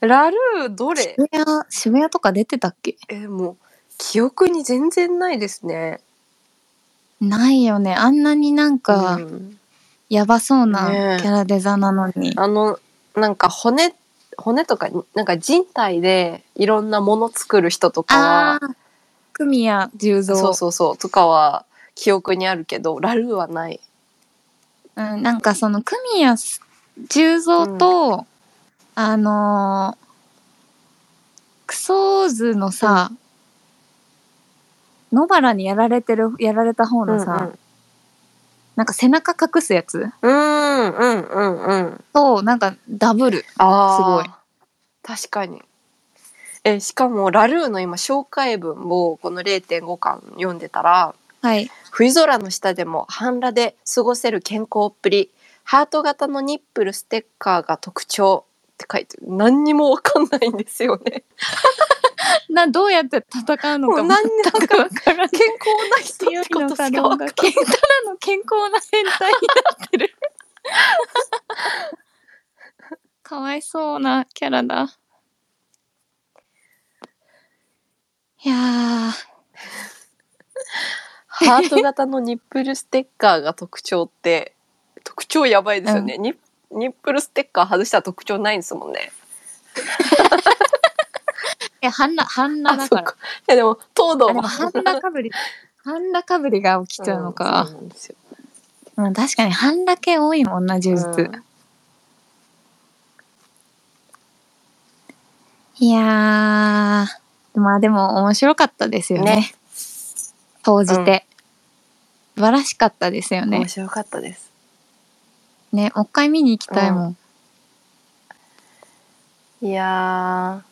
[SPEAKER 2] ラルーどれ
[SPEAKER 1] 渋谷渋谷とか出てたっけ
[SPEAKER 2] え、もう、記憶に全然ないですね。
[SPEAKER 1] ないよねあんなになんか
[SPEAKER 2] うん
[SPEAKER 1] やばそうな
[SPEAKER 2] ねえ
[SPEAKER 1] キャラデザなのに、
[SPEAKER 2] あの、なんか骨、骨とか、なんか人体でいろんなもの作る人とか
[SPEAKER 1] あ
[SPEAKER 2] は、
[SPEAKER 1] あ組谷十三
[SPEAKER 2] そうそうそう、とかは記憶にあるけど、ラルーはない。
[SPEAKER 1] うん、なんかその組谷十三と、あのークソーズのさ、野原にやられてるやられた方
[SPEAKER 2] うん
[SPEAKER 1] の
[SPEAKER 2] う
[SPEAKER 1] さ、
[SPEAKER 2] ん
[SPEAKER 1] なんか背中隠すやつ
[SPEAKER 2] うんうんうんうん。
[SPEAKER 1] となんかダブル
[SPEAKER 2] あー
[SPEAKER 1] すごい。
[SPEAKER 2] 確かに。え、しかも、ラルーの今、紹介文をこの0.5巻読んでたら、
[SPEAKER 1] はい
[SPEAKER 2] 冬空の下でも半裸で過ごせる健康っぷり、ハート型のニップルステッカーが特徴って書いてる、何にもわかんないんですよね。
[SPEAKER 1] などうやって戦うの
[SPEAKER 2] も
[SPEAKER 1] か全
[SPEAKER 2] う何にもわ
[SPEAKER 1] く
[SPEAKER 2] かんな
[SPEAKER 1] わ
[SPEAKER 2] い
[SPEAKER 1] から ない
[SPEAKER 2] 健康な人ってことしかわかんない。
[SPEAKER 1] 健ただの健康な変態になってる かわいそうなキャラだいやー
[SPEAKER 2] ハート型のニップルステッカーが特徴って、特徴やばいですよね。ニニップルステッカー外したら特徴ないんですもんね。
[SPEAKER 1] いや半裸半裸だ
[SPEAKER 2] そ
[SPEAKER 1] か
[SPEAKER 2] っ
[SPEAKER 1] ら
[SPEAKER 2] か。いやでも、東堂
[SPEAKER 1] あでも
[SPEAKER 2] は
[SPEAKER 1] 半裸かぶり半裸かぶりが起きちゃうの
[SPEAKER 2] ん
[SPEAKER 1] か、
[SPEAKER 2] そうなんですよ
[SPEAKER 1] うん確かに半裸系多いもんな充実、
[SPEAKER 2] うん
[SPEAKER 1] いやーまあでも面白かったですよね
[SPEAKER 2] ね
[SPEAKER 1] 投じて、素晴らしかったですよね
[SPEAKER 2] 面白かったです。
[SPEAKER 1] ね、もう一回見に行きたいもん。
[SPEAKER 2] いや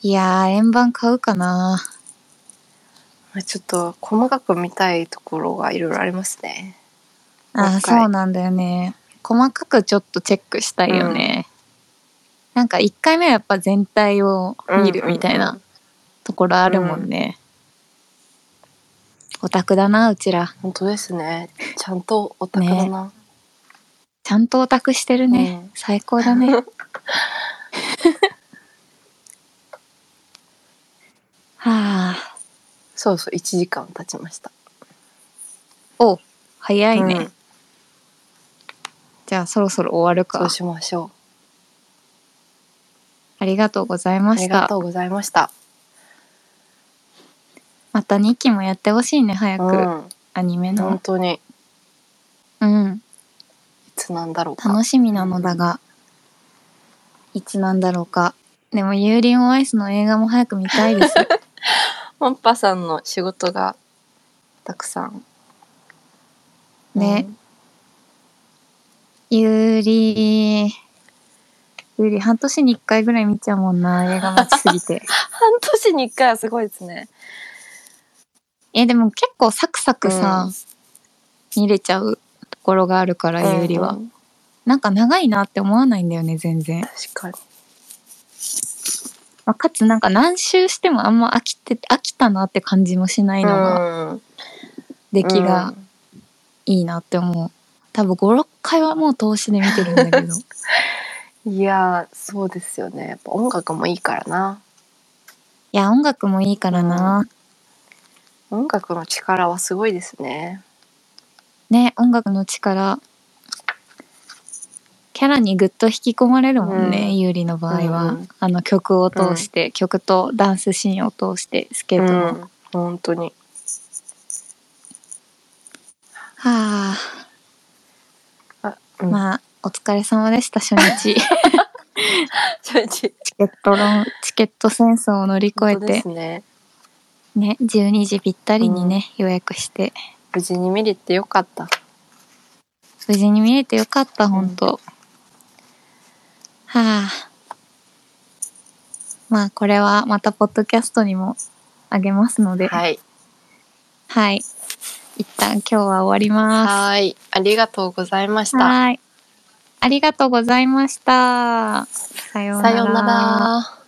[SPEAKER 1] いやー、円盤買うかな。
[SPEAKER 2] ー、ちょっと細かく見たいところがいろいろありますね。
[SPEAKER 1] あ
[SPEAKER 2] もう
[SPEAKER 1] ー、
[SPEAKER 2] 一回
[SPEAKER 1] そうなんだよね。細かくちょっとチェックしたいよね。なんか一回目はやっぱ全体を見るみたい
[SPEAKER 2] うんう
[SPEAKER 1] なんところあるもんね。オタクだな、うちら。
[SPEAKER 2] 本当ですね。ちゃんとオタクだな。
[SPEAKER 1] ちゃんとオタクしてるね。
[SPEAKER 2] うん
[SPEAKER 1] 最高だ ね。はあ、
[SPEAKER 2] そうそう、1時間経ちました。
[SPEAKER 1] 早いね。
[SPEAKER 2] うん
[SPEAKER 1] じゃあそろそろ終わる
[SPEAKER 2] そう
[SPEAKER 1] か。
[SPEAKER 2] しましょ。
[SPEAKER 1] ありがとうございうま
[SPEAKER 2] あり
[SPEAKER 1] し
[SPEAKER 2] が
[SPEAKER 1] た。
[SPEAKER 2] とうございました。
[SPEAKER 1] また2期もやってほしいね早く、
[SPEAKER 2] うん、
[SPEAKER 1] アニメ
[SPEAKER 2] 本
[SPEAKER 1] の
[SPEAKER 2] 当にい
[SPEAKER 1] うん
[SPEAKER 2] つなんだろうか。
[SPEAKER 1] 楽しみなのだがいつなんだろうかでもユーリンオンアイスの映画も早く見たいです
[SPEAKER 2] モンパさんの仕事がたくさん。
[SPEAKER 1] ね、ユーリユーリ半年に1回ぐらい見ちゃうもんな映画待ちすぎ て
[SPEAKER 2] 半年に1回はすごいですね。
[SPEAKER 1] えでも結構サクサクさ、見れちゃうところがあるから、ユーリは
[SPEAKER 2] うん
[SPEAKER 1] なんか長いなって思わないんだよね全然、
[SPEAKER 2] 確かに。
[SPEAKER 1] まあ、かつなんか何周してもあんま飽きて飽きたなって感じもしないのが、
[SPEAKER 2] うん
[SPEAKER 1] 出来が、いいなって思う多分56回はもう通しで見てるんだけ ど
[SPEAKER 2] うんいやーそうですよねやっぱ音楽もいいからない
[SPEAKER 1] や音楽もいいからな、
[SPEAKER 2] 音楽の力はすごいですね
[SPEAKER 1] ね音楽の力キャラにぐっと引き込まれるもんね、
[SPEAKER 2] うん
[SPEAKER 1] ユーリの場合は、
[SPEAKER 2] うん
[SPEAKER 1] あの曲を通して、曲とダンスシーンを通してスケー
[SPEAKER 2] う
[SPEAKER 1] トの、は
[SPEAKER 2] ん本当に
[SPEAKER 1] あ、
[SPEAKER 2] あうん
[SPEAKER 1] まあお疲れ様でした初 日チ
[SPEAKER 2] ちょいちょい
[SPEAKER 1] ケット論チケット戦争を乗り越え
[SPEAKER 2] 本当で
[SPEAKER 1] て
[SPEAKER 2] すね
[SPEAKER 1] ね12時ぴったりにね、予約して
[SPEAKER 2] 無事に見れてよかった
[SPEAKER 1] 無事に見れてよかった、本当。はあ。まあ、これはまたポッドキャストにもあげますので、はい。
[SPEAKER 2] はい。
[SPEAKER 1] 一旦今日は終わりま
[SPEAKER 2] はい。ありがとうございまし
[SPEAKER 1] す。
[SPEAKER 2] た。
[SPEAKER 1] はい。ありがとうございました。さよう
[SPEAKER 2] さようなら。